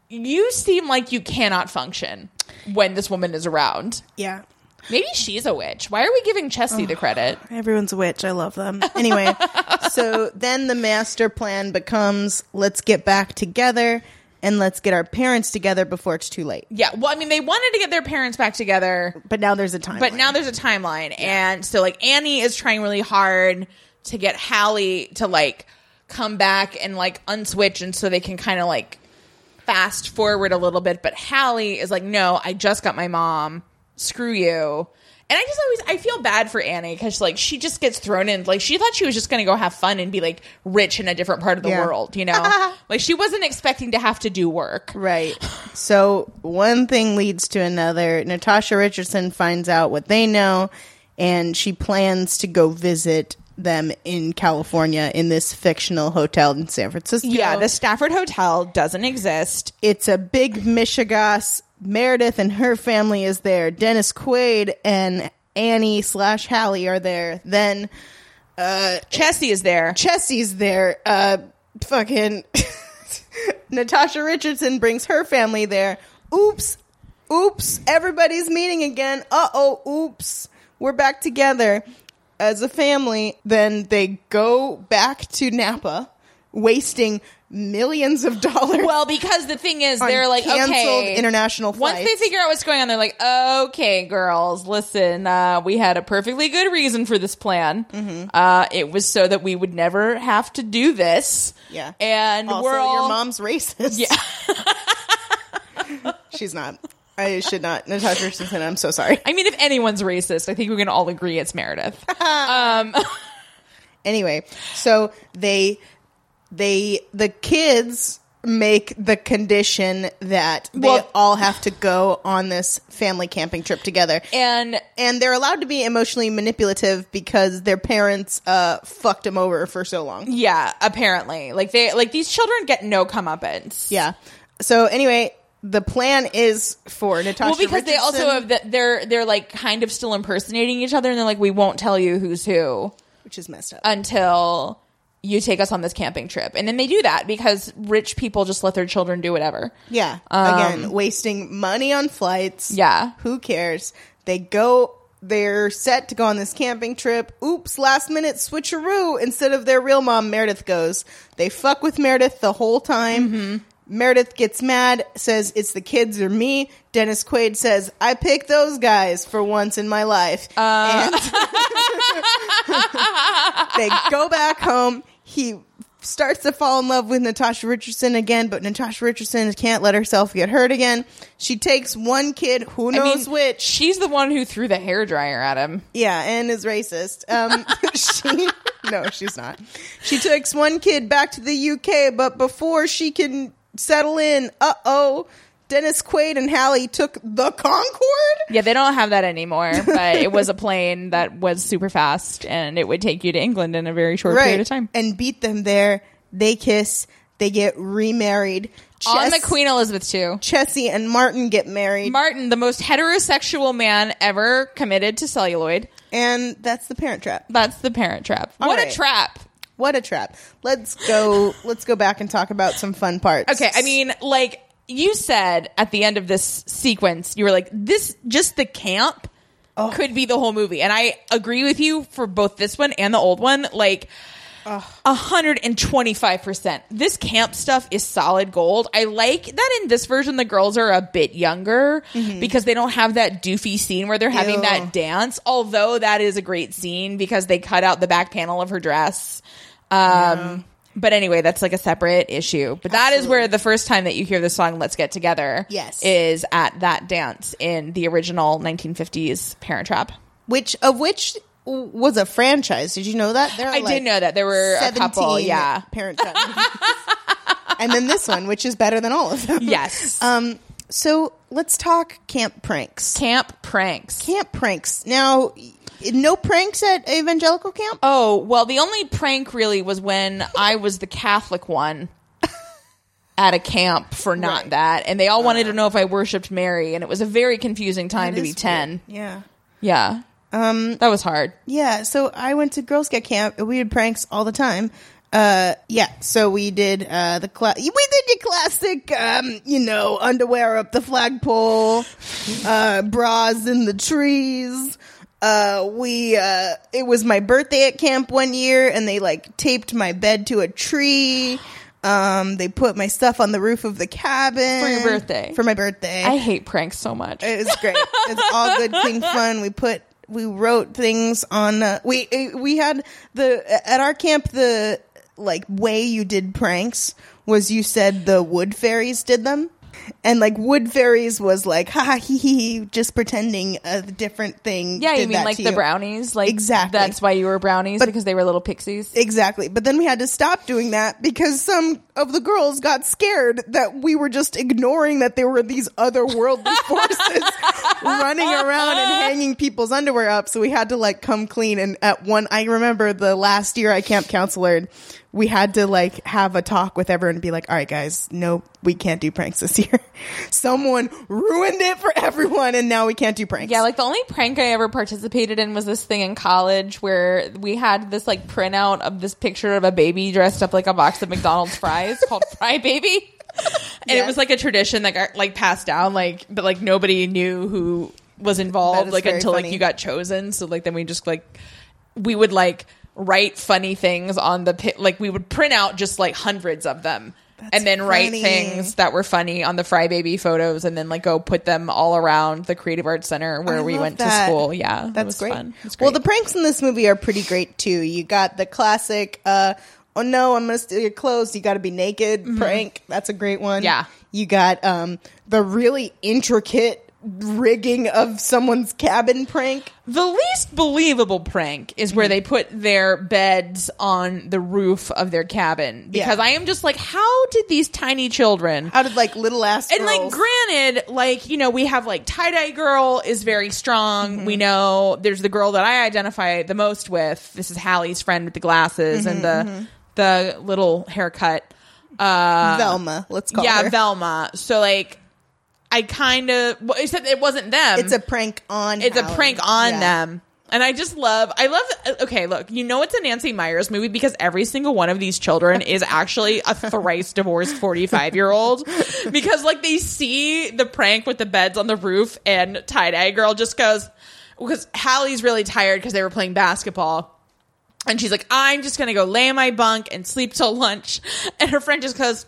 Speaker 1: you seem like you cannot function when this woman is around.
Speaker 2: Yeah.
Speaker 1: Maybe she's a witch. Why are we giving Chessie the credit?
Speaker 2: Everyone's a witch. I love them. Anyway, so then the master plan becomes let's get back together and let's get our parents together before it's too late.
Speaker 1: Yeah. Well, I mean, they wanted to get their parents back together,
Speaker 2: But now there's a time.
Speaker 1: but now there's a timeline. And so, like, Annie is trying really hard to get Hallie to, like, come back and, like, unswitch. And so they can kind of, like, fast forward a little bit. But Hallie is like, no, I just got my mom. Screw you. And I just always I feel bad for Annie because like she just gets thrown in like she thought she was just gonna go have fun and be like rich in a different part of the
Speaker 2: Yeah.
Speaker 1: world, you know? like she wasn't expecting to have to do work.
Speaker 2: Right. So one thing leads to another. Natasha Richardson finds out what they know, and she plans to go visit them in California in this fictional hotel in San Francisco.
Speaker 1: Yeah, the Stafford Hotel doesn't exist.
Speaker 2: it's a big Michigas. Meredith and her family is there. Dennis Quaid and Annie slash Hallie are there. Then
Speaker 1: Chessie is there.
Speaker 2: Chessie's there. Uh, fucking Natasha Richardson brings her family there. Oops, oops, everybody's meeting again. Uh oh, oops, we're back together as a family. Then they go back to Napa, wasting millions of dollars.
Speaker 1: Well, because the thing is,
Speaker 2: On
Speaker 1: they're like
Speaker 2: canceled
Speaker 1: okay,
Speaker 2: international
Speaker 1: Once they
Speaker 2: flights.
Speaker 1: figure out what's going on, they're like, okay, girls, listen, uh, we had a perfectly good reason for this plan.
Speaker 2: Mm-hmm.
Speaker 1: Uh, it was so that we would never have to do this.
Speaker 2: yeah,
Speaker 1: and
Speaker 2: also,
Speaker 1: we're all
Speaker 2: your mom's racist. Yeah, she's not. I should not, Natasha Richardson. I'm so sorry.
Speaker 1: I mean, if anyone's racist, I think we can all agree it's Meredith.
Speaker 2: anyway so they they the kids make the condition that they
Speaker 1: Well-
Speaker 2: all have to go on this family camping trip together
Speaker 1: and
Speaker 2: and they're allowed to be emotionally manipulative because their parents uh fucked them over for so long
Speaker 1: yeah, apparently, like they like these children get no comeuppance.
Speaker 2: yeah so anyway the plan is for natasha
Speaker 1: Well, because they also
Speaker 2: Richardson,
Speaker 1: have the, they're they're like kind of still impersonating each other, and they're like, we won't tell you who's who.
Speaker 2: which is messed up
Speaker 1: until you take us on this camping trip. And then they do that because rich people just let their children do whatever.
Speaker 2: Yeah.
Speaker 1: Um,
Speaker 2: Again, wasting money on flights.
Speaker 1: Yeah.
Speaker 2: Who cares? They go, they're set to go on this camping trip. Oops, last minute switcheroo. Instead of their real mom, Meredith goes. They fuck with Meredith the whole time. Meredith gets mad, says, It's the kids or me. Dennis Quaid says, I pick those guys for once in my life.
Speaker 1: Uh.
Speaker 2: and they go back home. He starts to fall in love with Natasha Richardson again, but Natasha Richardson can't let herself get hurt again. She takes one kid, who
Speaker 1: I mean,
Speaker 2: knows which,
Speaker 1: She's the one who threw the hairdryer at him.
Speaker 2: yeah, and is racist. Um, she no, she's not. She takes one kid back to the UK, but before she can settle in, uh oh, Dennis Quaid and Hallie took the Concorde.
Speaker 1: Yeah, they don't have that anymore, but it was a plane that was super fast and it would take you to England in a very short period of time.
Speaker 2: and beat them there. They kiss. They get remarried.
Speaker 1: on the
Speaker 2: Chess-
Speaker 1: Queen Elizabeth too.
Speaker 2: Chessie and Martin get married,
Speaker 1: Martin, the most heterosexual man ever committed to celluloid.
Speaker 2: and that's the Parent Trap.
Speaker 1: That's the parent trap.
Speaker 2: All
Speaker 1: what
Speaker 2: right.
Speaker 1: a trap.
Speaker 2: What a trap! Let's go. let's go back and talk about some fun parts.
Speaker 1: Okay, I mean, like you said at the end of this sequence, you were like, this just the camp could be the whole movie. And I agree with you for both this one and the old one. Like, 125%. This camp stuff is solid gold. I like that in this version, the girls are a bit younger because they don't have that doofy scene where they're having
Speaker 2: Ew.
Speaker 1: that dance, although that is a great scene because they cut out the back panel of her dress. Um, But anyway, that's like a separate issue. But that is where the first time that you hear the song "Let's Get Together"
Speaker 2: Yes.
Speaker 1: is at that dance in the original 1950s Parent Trap.
Speaker 2: which of which w- was a franchise? Did you know that? There are
Speaker 1: I did know that there were a couple.
Speaker 2: 17
Speaker 1: Yeah.
Speaker 2: Parent Trap. movies. and then this one, which is better than all of them.
Speaker 1: Yes.
Speaker 2: Um. So let's talk camp pranks.
Speaker 1: Camp pranks.
Speaker 2: Camp pranks. Now, y- no pranks at evangelical camp.
Speaker 1: Oh, well, the only prank really was when I was the Catholic one at a camp for not
Speaker 2: Right. Uh.
Speaker 1: that. And they all wanted to know if I worshipped Mary. And it was a very confusing time to be 10.
Speaker 2: Yeah.
Speaker 1: Yeah. Um, that was hard.
Speaker 2: Yeah, so I went to Girl Scout camp. and We did pranks all the time. Uh, yeah, so we did uh, the cla- we did your classic, um, you know, underwear up the flagpole, uh, bras in the trees. Uh, we uh, it was my birthday at camp one year, and they like taped my bed to a tree. Um, they put my stuff on the roof of the cabin
Speaker 1: For your birthday.
Speaker 2: For my birthday,
Speaker 1: I hate pranks so much.
Speaker 2: it was great. It's all good, clean fun. We put we wrote things on. Uh, we we had the at our camp the like way you did pranks was you said the wood fairies did them. And like wood fairies was like ha ha hee hee, hee, just pretending a different thing.
Speaker 1: yeah, you
Speaker 2: did
Speaker 1: mean
Speaker 2: that
Speaker 1: like
Speaker 2: to
Speaker 1: the
Speaker 2: you.
Speaker 1: brownies? Like
Speaker 2: Exactly.
Speaker 1: That's why you were brownies because they were little pixies.
Speaker 2: Exactly. But then we had to stop doing that because some of the girls got scared that we were just ignoring that there were these otherworldly forces running around and hanging people's underwear up. So we had to like come clean. And at one, I remember the last year I camp counselored, we had to like have a talk with everyone and be like, all right, guys, no, we can't do pranks this year. Someone ruined it for everyone and now we can't do pranks.
Speaker 1: Yeah, like the only prank I ever participated in was this thing in college where we had this like printout of this picture of a baby dressed up like a box of McDonald's fries called Fry Baby. And
Speaker 2: Yeah.
Speaker 1: it was like a tradition that got like passed down, like but like nobody knew who was
Speaker 2: That
Speaker 1: involved
Speaker 2: is
Speaker 1: like
Speaker 2: very
Speaker 1: until
Speaker 2: funny.
Speaker 1: like you got chosen. So like then we just like we would like write funny things on the pi- like we would print out just like hundreds of them and then write
Speaker 2: funny.
Speaker 1: things that were funny on the fry baby photos and then like go put them all around the creative arts center where
Speaker 2: I
Speaker 1: we
Speaker 2: love
Speaker 1: went
Speaker 2: that.
Speaker 1: to school yeah it
Speaker 2: That's
Speaker 1: was
Speaker 2: great.
Speaker 1: fun. It was
Speaker 2: Well, the
Speaker 1: great.
Speaker 2: pranks in this movie are pretty great too. You got the classic, uh, oh no, I'm gonna steal your clothes. You got to be naked prank. That's a great one.
Speaker 1: Mm-hmm. Yeah.
Speaker 2: You got um, the really intricate rigging of someone's cabin prank.
Speaker 1: the least believable prank is where they put their beds on the roof of their cabin
Speaker 2: Yeah.
Speaker 1: because i am just like how did these tiny children
Speaker 2: Out of like little ass
Speaker 1: and like
Speaker 2: girls.
Speaker 1: granted like you know we have like tie dye girl is very strong we know there's the girl that i identify the most with this is hallie's friend with the glasses and the the little haircut uh
Speaker 2: Velma, let's call
Speaker 1: yeah
Speaker 2: her.
Speaker 1: velma so like i kind of well, except it wasn't them
Speaker 2: it's a prank on.
Speaker 1: it's a
Speaker 2: Howard.
Speaker 1: prank on
Speaker 2: Yeah.
Speaker 1: them and i just love i love okay look you know it's a nancy myers movie because every single one of these children is actually a thrice divorced 45 year old because like they see the prank with the beds on the roof and tie-dye girl just goes because hallie's really tired because they were playing basketball and she's like, I'm just going to go lay in my bunk and sleep till lunch. And her friend just goes,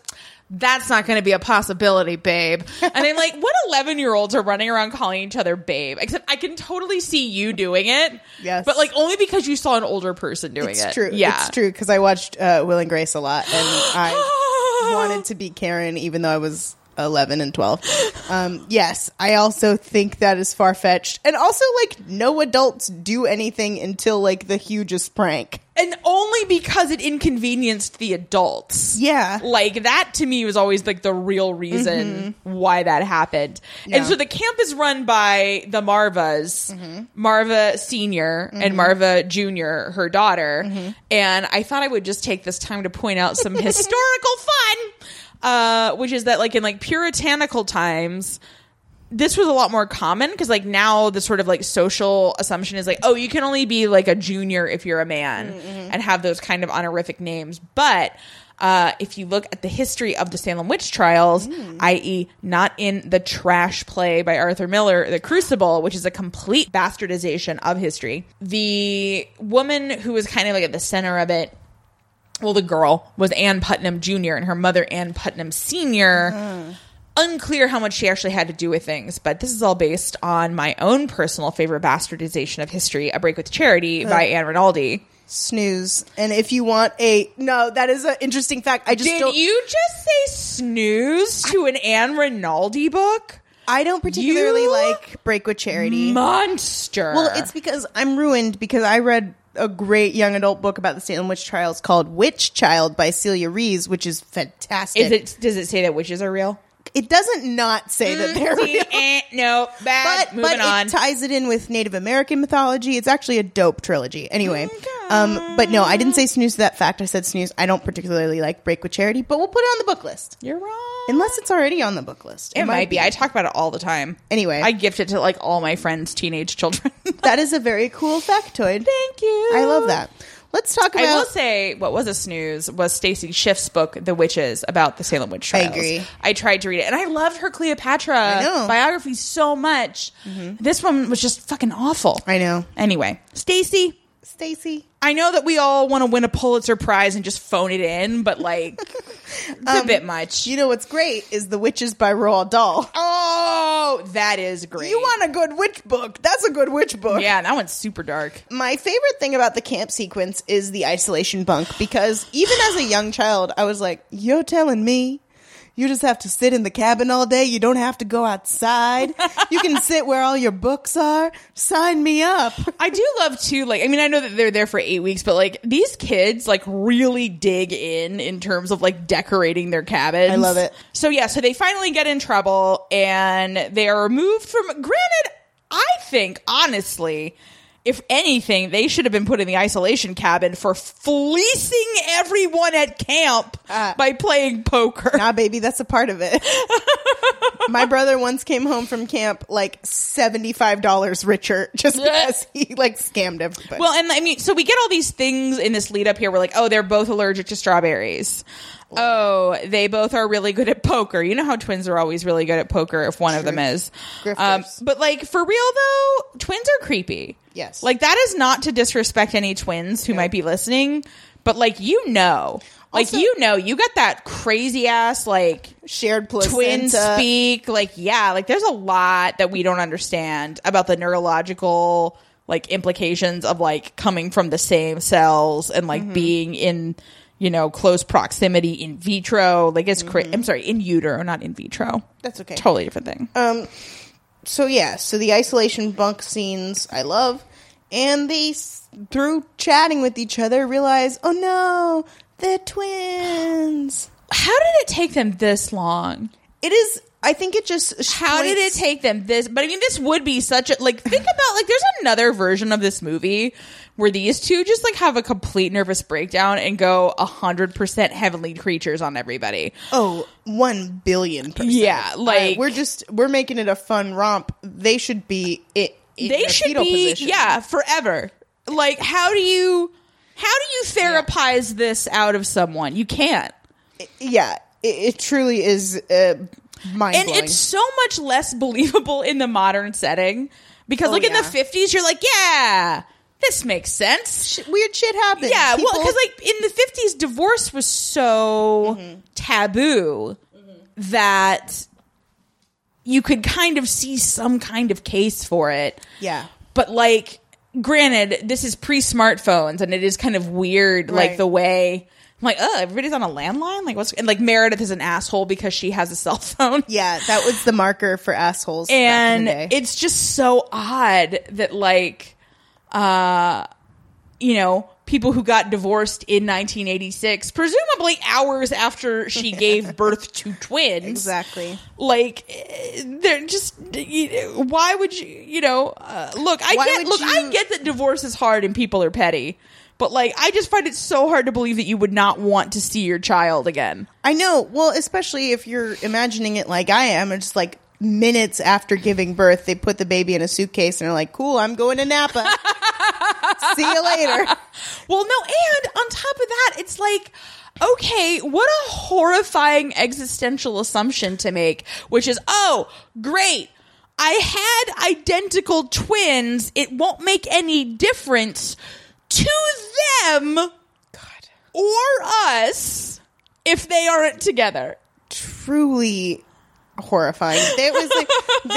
Speaker 1: That's not going to be a possibility, babe. And I'm like, What 11 year olds are running around calling each other babe? Except I can totally see you doing it.
Speaker 2: Yes.
Speaker 1: But like only because you saw an older person doing it.
Speaker 2: It's true.
Speaker 1: Yeah.
Speaker 2: It's true because I watched uh, Will and Grace a lot, and I wanted to be Karen, even though I was 11 and 12. Um, yes, I also think that is far fetched. And also, like, no adults do anything until, like, the hugest prank.
Speaker 1: And only because it inconvenienced the adults.
Speaker 2: Yeah.
Speaker 1: Like that to me was always like the real reason why that happened. And
Speaker 2: Mm-hmm. Yeah. Mm-hmm.
Speaker 1: so the camp is run by the Marvas, Marva Sr. and Marva Jr., her daughter.
Speaker 2: Mm-hmm.
Speaker 1: And I thought I would just take this time to point out some historical fun, uh, which is that like in like puritanical times, this was a lot more common because like now the sort of like social assumption is like oh you can only be like a junior if you're a man and have those kind of honorific names but uh, if you look at the history of the Salem witch trials, i.e., not in the trash play by Arthur Miller, The Crucible, which is a complete bastardization of history, the woman who was kind of like at the center of it well, the girl was Ann Putnam Jr. and her mother Ann Putnam Sr. Unclear how much she actually had to do with things, but this is all based on my own personal favorite bastardization of history, A Break with Charity by Anne Rinaldi.
Speaker 2: Snooze. And if you want a. No, that is an interesting fact. I just
Speaker 1: Did
Speaker 2: don't.
Speaker 1: you just say snooze to an Anne Rinaldi book?
Speaker 2: I don't particularly
Speaker 1: You-
Speaker 2: like Break with Charity.
Speaker 1: Monster.
Speaker 2: Well, it's because I'm ruined because I read a great young adult book about the Salem witch trials called Witch Child by Celia Rees, which is fantastic.
Speaker 1: is it does it say that witches are real?
Speaker 2: It doesn't not say that they're real.
Speaker 1: Eh, no, bad.
Speaker 2: But,
Speaker 1: Moving
Speaker 2: but
Speaker 1: on.
Speaker 2: it ties it in with Native American mythology. It's actually a dope trilogy. Anyway,
Speaker 1: Oh
Speaker 2: um, but no, I didn't say snooze to that fact. I said snooze. I don't particularly like Break with Charity, but we'll put it on the book list.
Speaker 1: You're wrong.
Speaker 2: Unless it's already on the book list.
Speaker 1: it might be. I talk about it all the time.
Speaker 2: Anyway.
Speaker 1: I gift it to like all my friends' teenage children.
Speaker 2: That is a very cool factoid.
Speaker 1: Thank you.
Speaker 2: I love that. Let's talk about.
Speaker 1: I will say, what was a snooze was Stacy Schiff's book, The Witches, about the Salem witch
Speaker 2: I
Speaker 1: trials.
Speaker 2: agree.
Speaker 1: I tried to read it, and I loved her Cleopatra
Speaker 2: know. Mm-hmm.
Speaker 1: biography so much. This one was just fucking awful.
Speaker 2: I know,
Speaker 1: Anyway, Stacy,
Speaker 2: Stacy.
Speaker 1: I know that we all want to win a Pulitzer Prize and just phone it in, but like, it's a bit much.
Speaker 2: Um, You know what's great is The Witches by Roald Dahl.
Speaker 1: oh, that is great.
Speaker 2: You want a good witch book? That's a good witch book.
Speaker 1: yeah, that one's super dark.
Speaker 2: My favorite thing about the camp sequence is the isolation bunk because even as a young child, I was like, you're telling me you just have to sit in the cabin all day. You don't have to go outside. You can sit where all your books are. Sign me up.
Speaker 1: I do love too. Like, I mean, I know that they're there for eight weeks, but like these kids like really dig in in terms of like decorating their cabins.
Speaker 2: I love it.
Speaker 1: So yeah, so they finally get in trouble and they are removed from. Granted, I think honestly. If anything, they should have been put in the isolation cabin for fleecing everyone at camp
Speaker 2: Uh,
Speaker 1: by playing poker.
Speaker 2: Nah, baby, that's a part of it. My brother once came home from camp like $75 richer just because he like scammed everybody.
Speaker 1: Well, and I mean, so we get all these things in this lead up here. We're like, oh, they're both allergic to strawberries. Oh, they both are really good at poker. You know how twins are always really good at poker if one of them is. Um,
Speaker 2: Grifters.
Speaker 1: but like for real though, twins are creepy.
Speaker 2: Yes.
Speaker 1: Like that is not to disrespect any twins who might be listening, but like you know, like
Speaker 2: Also-
Speaker 1: you know, you got that crazy ass like
Speaker 2: shared placenta.
Speaker 1: twin speak like yeah like there's a lot that we don't understand about the neurological like implications of like coming from the same cells and like being in you know close proximity in vitro like it's cra- i'm sorry in utero not in vitro
Speaker 2: That's okay.
Speaker 1: totally different thing
Speaker 2: so yeah, so the isolation bunk scenes I love, and they s- through chatting with each other realize, oh no, they're twins.
Speaker 1: how did it take them this long
Speaker 2: It is. I think it just.
Speaker 1: how did it
Speaker 2: points-
Speaker 1: take them this but i mean this would be such a like think about like there's another version of this movie where these two just like have a complete nervous breakdown and go 100% heavenly creatures on everybody
Speaker 2: Oh, one billion percent.
Speaker 1: Yeah, like-
Speaker 2: Alright, we're just we're making it a fun romp. They should be it. in
Speaker 1: they
Speaker 2: the
Speaker 1: should
Speaker 2: fetal
Speaker 1: be
Speaker 2: position.
Speaker 1: yeah forever like how do you how do you therapize this out of someone you can't
Speaker 2: yeah. It, it truly is uh, mind
Speaker 1: and
Speaker 2: blowing.
Speaker 1: it's so much less believable in the modern setting because
Speaker 2: Oh,
Speaker 1: like in
Speaker 2: yeah.
Speaker 1: the 50s you're like yeah this makes sense
Speaker 2: Weird shit happens.
Speaker 1: Yeah, well,
Speaker 2: People-
Speaker 1: because like in the fifties, divorce was so
Speaker 2: Mm-hmm.
Speaker 1: taboo that you could kind of see some kind of case for it.
Speaker 2: yeah,
Speaker 1: But like, granted, this is pre-smartphones, and it is kind of weird, like
Speaker 2: Right.
Speaker 1: the way I'm like, oh, everybody's on a landline. Like, what's and like Meredith is an asshole because she has a cell phone.
Speaker 2: Yeah, that was the marker for assholes. back in
Speaker 1: and
Speaker 2: the day.
Speaker 1: it's just so odd that like uh you know people who got divorced in 1986 presumably hours after she gave birth to twins
Speaker 2: exactly.
Speaker 1: like eh, they're just eh, why would you you know uh, look i
Speaker 2: Why
Speaker 1: get
Speaker 2: would
Speaker 1: look i
Speaker 2: you-
Speaker 1: get that divorce is hard and people are petty but like i just find it so hard to believe that you would not want to see your child again
Speaker 2: I know. Well, especially if you're imagining it like I am, it's just like minutes after giving birth, they put the baby in a suitcase and are like, "Cool, I'm going to Napa. See you later."
Speaker 1: Well, no, and on top of that, it's like, okay, what a horrifying existential assumption to make, which is, oh, great. I had identical twins. It won't make any difference to them or us if they aren't together.
Speaker 2: Truly horrifying. It was like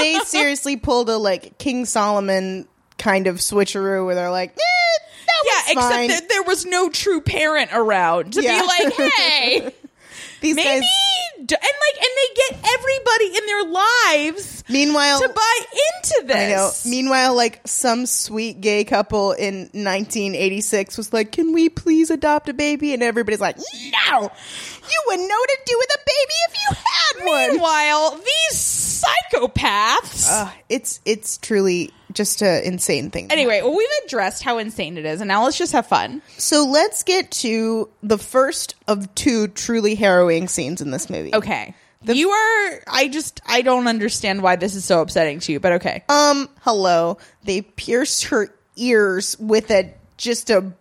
Speaker 2: they seriously pulled a like King Solomon kind of switcheroo where they're like, eh, "That
Speaker 1: Yeah,
Speaker 2: was
Speaker 1: except
Speaker 2: fine."
Speaker 1: that there was no true parent around to
Speaker 2: Yeah.
Speaker 1: be like, hey.
Speaker 2: These
Speaker 1: maybe
Speaker 2: guys.
Speaker 1: d- and like and they get everybody in their lives
Speaker 2: Meanwhile,
Speaker 1: to buy into
Speaker 2: I know.
Speaker 1: this
Speaker 2: Meanwhile, like some sweet gay couple in 1986 was like, "Can we please adopt a baby?" And everybody's like, "No, you wouldn't know what to do with a baby if you had one."
Speaker 1: meanwhile these psychopaths
Speaker 2: Ugh, it's it's truly just an insane thing.
Speaker 1: anyway well we've addressed how insane it is and now let's just have fun
Speaker 2: so let's get to the first of two truly harrowing scenes in this movie.
Speaker 1: okay you are i just i don't understand why this is so upsetting to you but okay
Speaker 2: Um, hello. They pierced her ears with a just a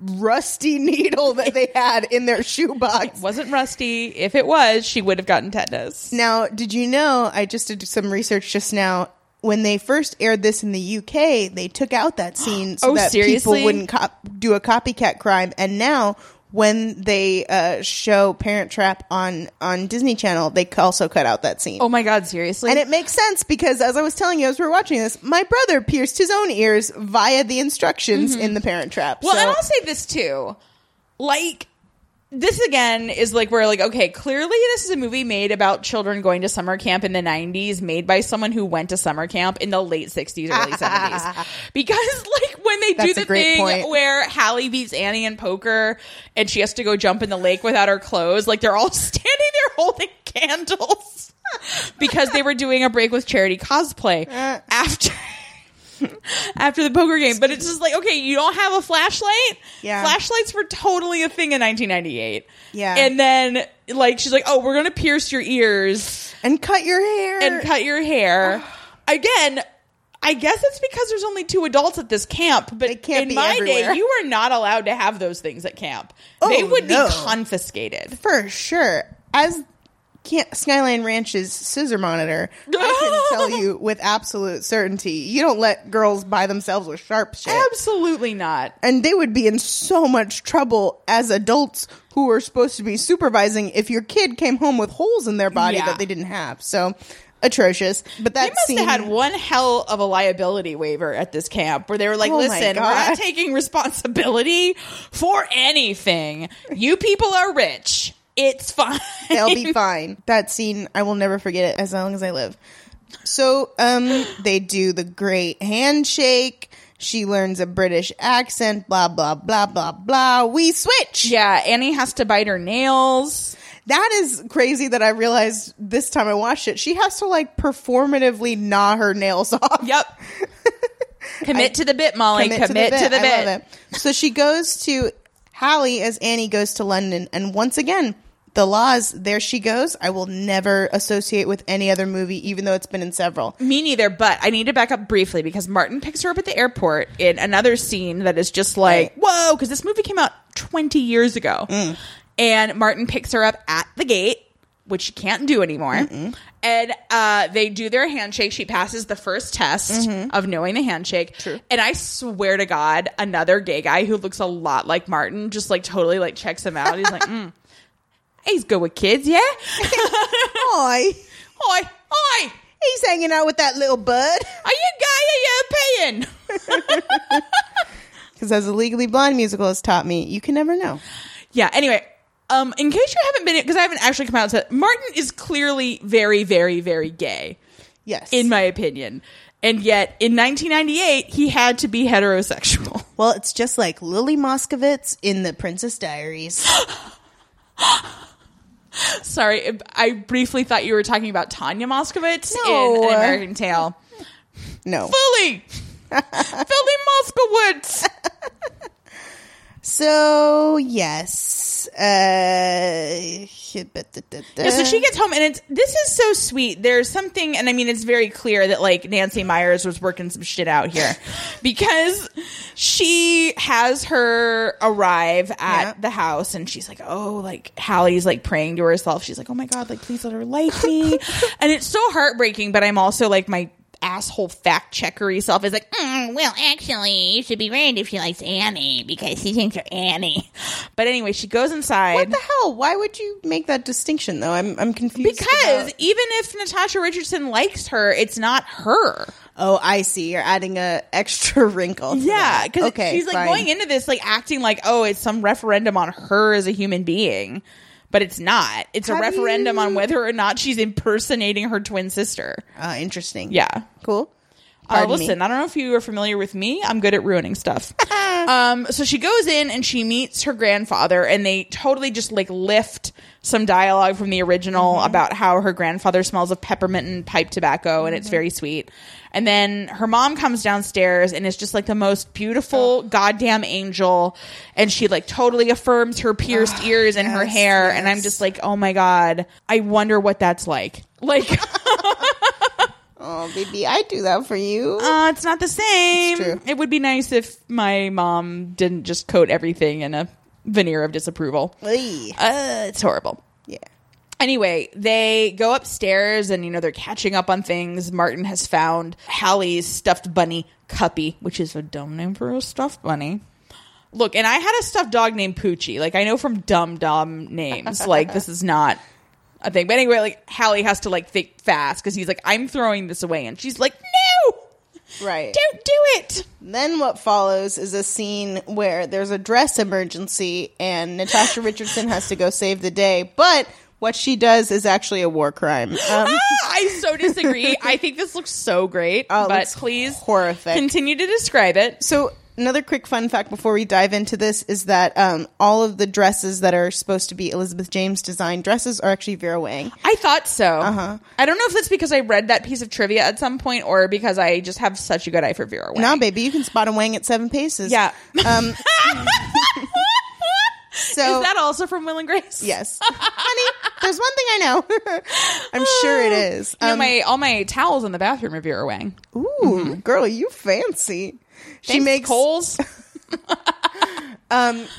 Speaker 2: rusty needle that they had in their shoebox.
Speaker 1: wasn't rusty if it was she would have gotten tetanus
Speaker 2: Now, did you know? I just did some research just now. When they first aired this in the UK, they took out that scene so
Speaker 1: Oh,
Speaker 2: that
Speaker 1: seriously?
Speaker 2: people wouldn't cop- do a copycat crime. And now, when they uh, show Parent Trap on on Disney Channel, they c- also cut out that scene.
Speaker 1: oh my god seriously
Speaker 2: And it makes sense because, as I was telling you, as we were watching this, my brother pierced his own ears via the instructions in the Parent Trap.
Speaker 1: Mm-hmm. Well,
Speaker 2: so,
Speaker 1: and I'll say this too. Like, this again is like we're like, okay, clearly this is a movie made about children going to summer camp in the 90s, made by someone who went to summer camp in the late 60s, early 70s. Because, like, when they do
Speaker 2: That's a
Speaker 1: the
Speaker 2: great
Speaker 1: thing
Speaker 2: point.
Speaker 1: where Hallie beats Annie in poker and she has to go jump in the lake without her clothes, like, they're all standing there holding candles because they were doing a break with charity cosplay
Speaker 2: Uh.
Speaker 1: after after the poker game. But it's just like, okay, you don't have a flashlight.
Speaker 2: Yeah.
Speaker 1: flashlights were totally a thing in 1998.
Speaker 2: Yeah.
Speaker 1: and then like she's like, oh, we're gonna pierce your ears
Speaker 2: and cut your hair.
Speaker 1: and cut your hair again. I guess it's because there's only two adults at this camp, but
Speaker 2: They can't
Speaker 1: in
Speaker 2: be
Speaker 1: my
Speaker 2: everywhere.
Speaker 1: day, you were not allowed to have those things at camp.
Speaker 2: Oh,
Speaker 1: they would
Speaker 2: no.
Speaker 1: be confiscated.
Speaker 2: for sure. As can't, Skyline Ranch's scissor monitor, I can tell you with absolute certainty, you don't let girls by themselves with sharp shit.
Speaker 1: Absolutely not.
Speaker 2: and they would be in so much trouble as adults who are supposed to be supervising if your kid came home with holes in their body
Speaker 1: Yeah.
Speaker 2: that they didn't have. So atrocious. But that
Speaker 1: They must
Speaker 2: scene,
Speaker 1: have had one hell of a liability waiver at this camp where they were like,
Speaker 2: Oh my
Speaker 1: listen, we're not
Speaker 2: God."
Speaker 1: taking responsibility for anything. You people are rich. It's fine.
Speaker 2: they'll be fine. That scene, I will never forget it as long as I live. So, um, they do the great handshake. She learns a British accent, blah, blah, blah, blah, blah. We switch.
Speaker 1: yeah, Annie has to bite her nails.
Speaker 2: That is crazy that I realized this time I watched it. She has to like performatively gnaw her nails off.
Speaker 1: Yep. commit to the bit, Molly. Commit, to the
Speaker 2: I
Speaker 1: bit.
Speaker 2: love it. So she goes to Hallie as Annie goes to London, and once again, the laws. There she goes. I will never associate with any other movie, even though it's been in several.
Speaker 1: Me neither, but I need to back up briefly because Martin picks her up at the airport in another scene that is just like,
Speaker 2: Right. Mm.
Speaker 1: whoa, because this movie came out 20 years ago. And Martin picks her up at the gate, which she can't do anymore. And uh, they do their handshake. She passes the first test of knowing the handshake.
Speaker 2: Mm-hmm. True.
Speaker 1: And I swear to God, another gay guy who looks a lot like Martin just like totally like checks him out. He's like, mm, he's good with kids, yeah?
Speaker 2: Oi,
Speaker 1: Oi, oi.
Speaker 2: he's hanging out with that little bud.
Speaker 1: Are you gay? Are you European?
Speaker 2: Because as a Legally Blonde musical has taught me, you can never know.
Speaker 1: Yeah. Anyway, Um, in case you haven't been, because I haven't actually come out and said, Martin is clearly very, very, very gay,
Speaker 2: Yes.
Speaker 1: in my opinion. And yet, in 1998, he had to be heterosexual.
Speaker 2: well, it's just like Lily Moskowitz in The Princess Diaries.
Speaker 1: Sorry, I briefly thought you were talking about Tanya Moskowitz in
Speaker 2: No.
Speaker 1: An American Tale.
Speaker 2: No.
Speaker 1: Fully, Philly Moskowitz.
Speaker 2: So, yes. Uh,
Speaker 1: Yeah, so she gets home, and it's this is so sweet. There's something, and I mean, it's very clear that like Nancy Myers was working some shit out here because she has her arrive at
Speaker 2: Yeah.
Speaker 1: the house, and she's like, "Oh, like Hallie's like praying to herself. She's like, oh my god, like please let her like me." and it's so heartbreaking, but I'm also like my asshole fact checkery self is like,
Speaker 3: Mm, well, actually, you should be worried if she likes Annie because she thinks you're Annie.
Speaker 1: but anyway, she goes inside.
Speaker 2: What the hell? Why would you make that distinction, though? I'm, I'm confused.
Speaker 1: because
Speaker 2: about-
Speaker 1: even if Natasha Richardson likes her, it's not her.
Speaker 2: Oh, I see. You're adding a extra wrinkle. to
Speaker 1: Yeah,
Speaker 2: that.
Speaker 1: because
Speaker 2: okay,
Speaker 1: she's like
Speaker 2: fine.
Speaker 1: going into this like acting like, oh, it's some referendum on her as a human being, but it's not. It's a
Speaker 2: How do
Speaker 1: referendum on
Speaker 2: you-
Speaker 1: whether or not she's impersonating her twin sister.
Speaker 2: Uh, interesting.
Speaker 1: Yeah.
Speaker 2: Cool.
Speaker 1: Uh,
Speaker 2: Pardon me.
Speaker 1: listen, I don't know if you are familiar with me. I'm good at ruining stuff. um, so she goes in and she meets her grandfather, and they totally just like lift some dialogue from the original
Speaker 2: Mm-hmm.
Speaker 1: about how her grandfather smells of peppermint and pipe tobacco, and it's
Speaker 2: Mm-hmm.
Speaker 1: very sweet. And then her mom comes downstairs and is just like the most beautiful goddamn angel, and she like totally affirms her pierced ears and her
Speaker 2: yes,
Speaker 1: hair, and I'm
Speaker 2: yes.
Speaker 1: just like, oh my god, I wonder what that's like. Like,
Speaker 2: Oh, baby, I do that for you.
Speaker 1: Uh, it's not the same.
Speaker 2: true.
Speaker 1: It would be nice if my mom didn't just coat everything in a veneer of disapproval.
Speaker 2: Oy.
Speaker 1: Uh, it's horrible.
Speaker 2: yeah.
Speaker 1: Anyway, they go upstairs and, you know, they're catching up on things. Martin has found Hallie's stuffed bunny, Cuppy, which is a dumb name for a stuffed bunny. Look, and I had a stuffed dog named Poochie. Like, I know from dumb, dumb names. like, this is not a thing. But anyway, like, Hallie has to, like, think fast because he's like, I'm throwing this away. And she's like, no!
Speaker 2: Right.
Speaker 1: Don't do it.
Speaker 2: Then what follows is a scene where there's a dress emergency and Natasha Richardson has to go save the day, but what she does is actually a war crime. Um,
Speaker 1: Ah, I so disagree. I think this looks so great,
Speaker 2: Oh, it
Speaker 1: but
Speaker 2: looks
Speaker 1: please
Speaker 2: horrific.
Speaker 1: continue to describe it.
Speaker 2: so another quick fun fact before we dive into this is that um, all of the dresses that are supposed to be Elizabeth James designed dresses are actually Vera Wang.
Speaker 1: I thought so. Uh-huh. I don't know if that's because I read that piece of trivia at some point or because I just have such a good eye for Vera Wang.
Speaker 2: Now, baby, you can spot a Wang at seven paces.
Speaker 1: Yeah.
Speaker 2: Um, so
Speaker 1: Is that also from Will and Grace?
Speaker 2: Oh. yes, honey. There's one thing I know. I'm sure it is.
Speaker 1: You know,
Speaker 2: Um,
Speaker 1: my all my towels in the bathroom are Vera Wang.
Speaker 2: Ooh, girl, you fancy. She
Speaker 1: Mm-hmm. Thanks,
Speaker 2: makes
Speaker 1: Kohl's.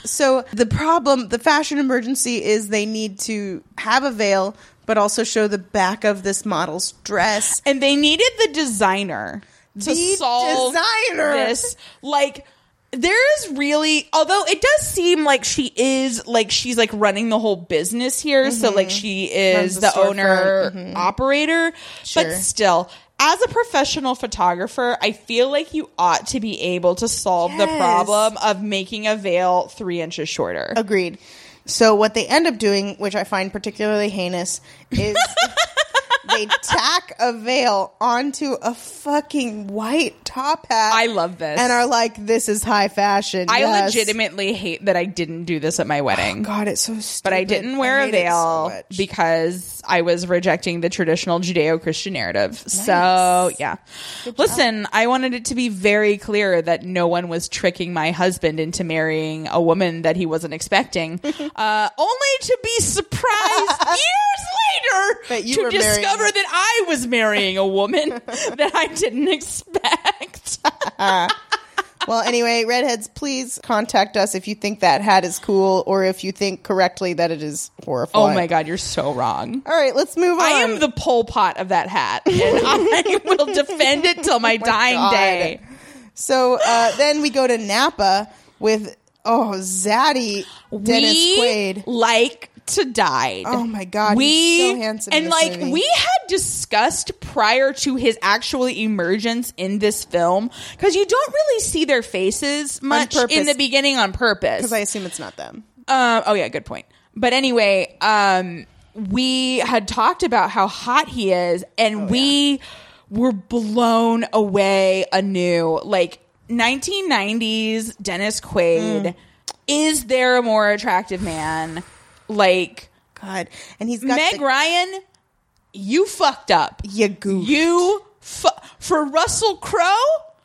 Speaker 2: so the problem, the fashion emergency is they need to have a veil, but also show the back of this model's dress.
Speaker 1: and they needed the designer to
Speaker 2: The
Speaker 1: solve
Speaker 2: designer.
Speaker 1: this. Like there is really, although it does seem like she is like she's like running the whole business here, so like she is
Speaker 2: Mm-hmm. Runs the
Speaker 1: the,
Speaker 2: storefront. Mm-hmm.
Speaker 1: owner operator, but
Speaker 2: Sure.
Speaker 1: still. As a professional photographer, I feel like you ought to be able to solve the
Speaker 2: Yes.
Speaker 1: problem of making a veil three inches shorter.
Speaker 2: Agreed. So what they end up doing, which I find particularly heinous, is they tack a veil onto a fucking white top hat.
Speaker 1: I love this.
Speaker 2: and are like, "This is high fashion."
Speaker 1: I
Speaker 2: Yes.
Speaker 1: legitimately hate that I didn't do this at my wedding.
Speaker 2: God, it's so stupid.
Speaker 1: but I didn't wear a
Speaker 2: hate it so
Speaker 1: veil
Speaker 2: much.
Speaker 1: because I was rejecting the traditional Judeo-Christian narrative. So yeah, listen, I wanted it to be very clear that no one was tricking my husband into marrying a woman that he wasn't expecting, uh, only to be surprised years later
Speaker 2: That you
Speaker 1: to
Speaker 2: were marrying-
Speaker 1: discover that I was marrying a woman that I didn't expect.
Speaker 2: Well, anyway, redheads, please contact us if you think that hat is cool or if you think correctly that it is
Speaker 1: oh
Speaker 2: horrifying.
Speaker 1: my god, you're so wrong.
Speaker 2: All right, let's move on.
Speaker 1: I am the pole pot of that hat, and I will defend it till my, dying
Speaker 2: Oh God.
Speaker 1: day.
Speaker 2: so uh, then we go to Napa with oh Zaddy Dennis
Speaker 1: we
Speaker 2: Quaid.
Speaker 1: like to die.
Speaker 2: Oh my God,
Speaker 1: we
Speaker 2: he's so handsome in
Speaker 1: and
Speaker 2: this
Speaker 1: like
Speaker 2: movie.
Speaker 1: we had discussed prior to his actual emergence in this film because you don't really see their faces much
Speaker 2: purpose.
Speaker 1: in the beginning on purpose.
Speaker 2: Because I assume it's not them.
Speaker 1: Uh, oh yeah, good point. But anyway, um, we had talked about how hot he is,
Speaker 2: Oh,
Speaker 1: and we were blown away anew. Like 1990s Dennis Quaid.
Speaker 2: Mm.
Speaker 1: Is there a more attractive man? Like
Speaker 2: God, and he's got
Speaker 1: Meg
Speaker 2: the,
Speaker 1: Ryan, you fucked up.
Speaker 2: you goof.
Speaker 1: You fu- for Russell Crowe?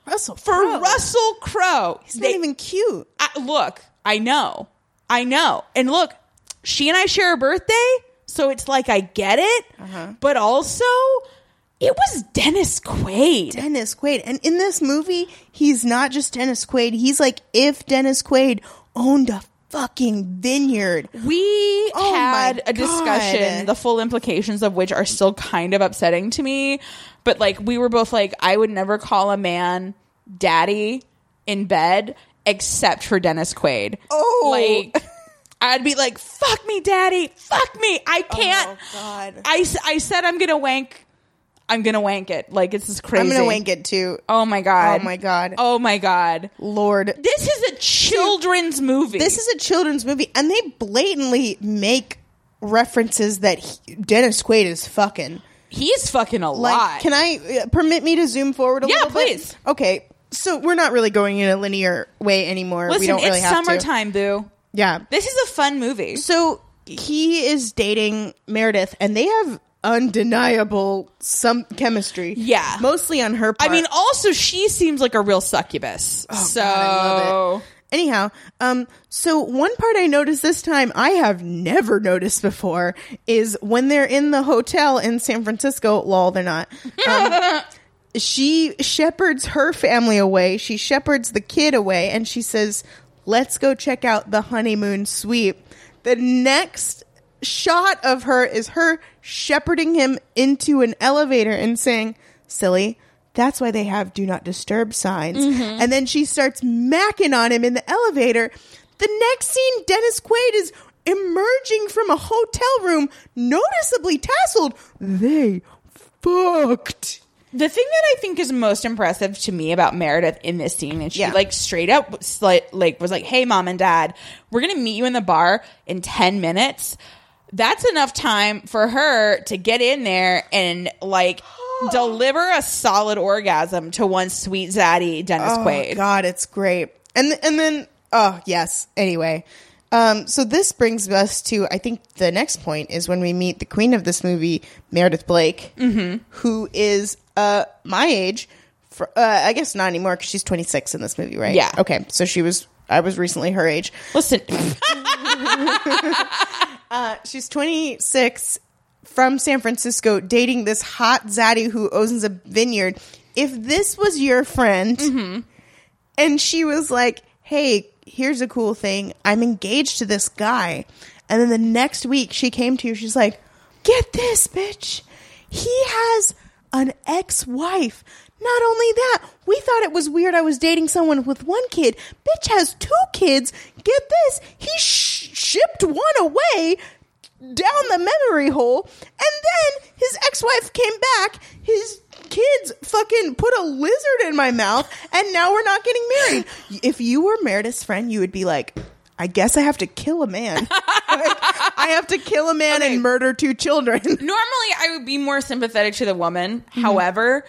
Speaker 2: Russell
Speaker 1: For
Speaker 2: Crowe.
Speaker 1: Russell Crowe.
Speaker 2: Oh. He's
Speaker 1: They-
Speaker 2: not even cute.
Speaker 1: I, look, I know. I know. And look, she and I share a birthday, so it's like I get it,
Speaker 2: Uh-huh.
Speaker 1: but also it was Dennis Quaid.
Speaker 2: Dennis Quaid, and in this movie, he's not just Dennis Quaid. He's like if Dennis Quaid owned a fucking vineyard.
Speaker 1: we
Speaker 2: Oh my
Speaker 1: had a discussion,
Speaker 2: God.
Speaker 1: the full implications of which are still kind of upsetting to me. But like, we were both like, I would never call a man daddy in bed except for Dennis Quaid.
Speaker 2: Oh.
Speaker 1: Like, I'd be like, fuck me, daddy. Fuck me. I can't.
Speaker 2: Oh, God.
Speaker 1: I, s- I said I'm going to wank. I'm going to wank it. Like, it's just crazy.
Speaker 2: I'm gonna wank it too.
Speaker 1: Oh my God.
Speaker 2: Oh my God.
Speaker 1: Oh my God.
Speaker 2: Lord,
Speaker 1: This is a children's movie.
Speaker 2: this is a children's movie, and they blatantly make references that he, Dennis Quaid is fucking.
Speaker 1: He's fucking a
Speaker 2: Like,
Speaker 1: lot.
Speaker 2: can I uh, permit me to zoom forward a
Speaker 1: Yeah,
Speaker 2: little bit?
Speaker 1: please.
Speaker 2: Okay, so we're not really going in a linear way anymore. we
Speaker 1: Listen,
Speaker 2: don't really
Speaker 1: it's
Speaker 2: have to.
Speaker 1: summertime, boo.
Speaker 2: Yeah.
Speaker 1: This is a fun movie.
Speaker 2: So he is dating Meredith, and they have undeniable some chemistry.
Speaker 1: Yeah.
Speaker 2: mostly on her.
Speaker 1: I
Speaker 2: part.
Speaker 1: mean, also she seems like a real succubus. so
Speaker 2: Oh, God, I love Anyhow, um, so one part I noticed this time I have never noticed before is when they're in the hotel in San Francisco. Lol, they're not. Um, she shepherds her family away. She shepherds the kid away, and she says, "Let's go check out the honeymoon suite." The next shot of her is her shepherding him into an elevator and saying, "Silly." That's why they have do not disturb signs. And then she starts macking on him in the elevator. The next scene, Dennis Quaid is emerging from a hotel room, noticeably tasseled. They fucked.
Speaker 1: the thing that I think is most impressive to me about Meredith in this scene, and she
Speaker 2: Yeah.
Speaker 1: like straight up was like, like was like, "Hey, mom and dad, we're gonna meet you in the bar in ten minutes." That's enough time for her to get in there and like deliver a solid orgasm to one sweet zaddy Dennis
Speaker 2: Oh
Speaker 1: Quaid.
Speaker 2: God, it's great. And th- and then oh yes. Anyway, um, so this brings us to I think the next point is when we meet the queen of this movie, Meredith Blake, who is uh my age. For, uh, I guess not anymore because she's 26 in this movie, right?
Speaker 1: Yeah.
Speaker 2: Okay, so she was. I was recently her age.
Speaker 1: Listen,
Speaker 2: She's 26 from San Francisco, dating this hot zaddy who owns a vineyard. If this was your friend and she was like, hey, here's a cool thing, I'm engaged to this guy. And then the next week she came to you, she's like, get this, bitch. He has an ex wife. Not only that, we thought it was weird I was dating someone with one kid. Bitch has two kids. Get this. He sh- shipped one away down the memory hole, and then his ex-wife came back. His kids fucking put a lizard in my mouth, and now we're not getting married. If you were Meredith's friend, you would be like, I guess I have to kill a man. Like, I have to kill a man
Speaker 1: Okay.
Speaker 2: and murder two children.
Speaker 1: normally I would be more sympathetic to the woman.
Speaker 2: Mm-hmm.
Speaker 1: However,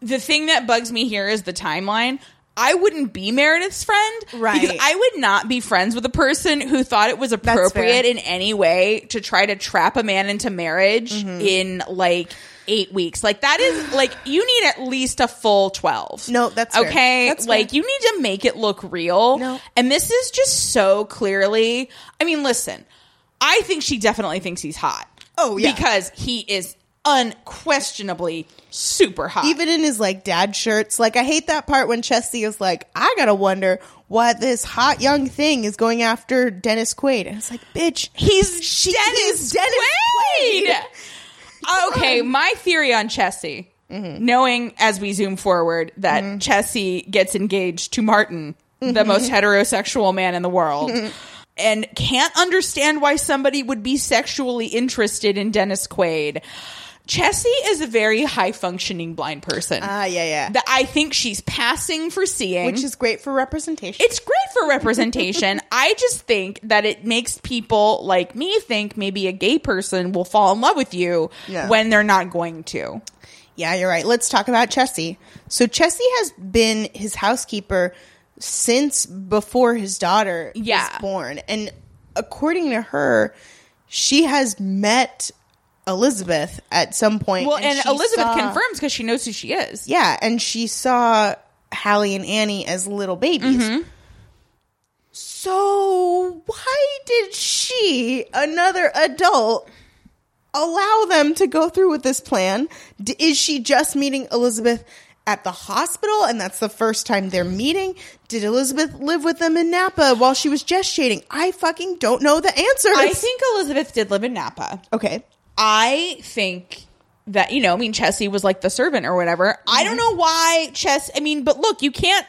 Speaker 1: the thing that bugs me here is the timeline. I wouldn't be Meredith's friend
Speaker 2: Right.
Speaker 1: because I would not be friends with a person who thought it was
Speaker 2: fair.
Speaker 1: appropriate in any way to try to trap a man into marriage
Speaker 2: Mm-hmm.
Speaker 1: in like 8 weeks. Like that is like you need at least a full 12.
Speaker 2: No, that's fair.
Speaker 1: Okay?
Speaker 2: That's fair.
Speaker 1: like you need to make it look real.
Speaker 2: No.
Speaker 1: And this is just so clearly I mean, listen. I think she definitely thinks he's hot.
Speaker 2: Oh, yeah.
Speaker 1: Because he is unquestionably super hot.
Speaker 2: Even in his like dad shirts, like I hate that part when Chesty is like, I gotta wonder why this hot young thing is going after Dennis Quaid, and it's like, bitch,
Speaker 1: he's
Speaker 2: he's
Speaker 1: Dennis,
Speaker 2: Dennis
Speaker 1: Quaid. okay, my theory on Chessie,
Speaker 2: Mm-hmm.
Speaker 1: knowing as we zoom forward that Chessie gets engaged to Martin,
Speaker 2: Mm-hmm.
Speaker 1: the most heterosexual man in the world. And can't understand why somebody would be sexually interested in Dennis Quaid. Chessie is a very high functioning blind person.
Speaker 2: Ah, yeah, yeah.
Speaker 1: that I think she's passing for seeing.
Speaker 2: Which is great for representation.
Speaker 1: it's great for representation. I just think that it makes people like me think maybe a gay person will fall in love with you
Speaker 2: Yeah.
Speaker 1: when they're not going to.
Speaker 2: yeah, you're right. Let's talk about Chessie. So Chessie has been his housekeeper since before his daughter
Speaker 1: Yeah.
Speaker 2: was born. And according to her, she has met Elizabeth at some point.
Speaker 1: Well, and,
Speaker 2: she
Speaker 1: Elizabeth
Speaker 2: saw-
Speaker 1: confirms because she knows who she is.
Speaker 2: Yeah, and she saw Hallie and Annie as little babies.
Speaker 1: Mm-hmm.
Speaker 2: So why did she, another adult, allow them to go through with this plan? D- is she just meeting Elizabeth at the hospital and that's the first time they're meeting? Did Elizabeth live with them in Napa while she was gestating? I fucking don't know the answer.
Speaker 1: I think Elizabeth did live in Napa.
Speaker 2: okay.
Speaker 1: I think that you know, I mean, Chessie was like the servant or whatever. I don't
Speaker 2: Mm-hmm.
Speaker 1: know why Chess. I mean, but look, you can't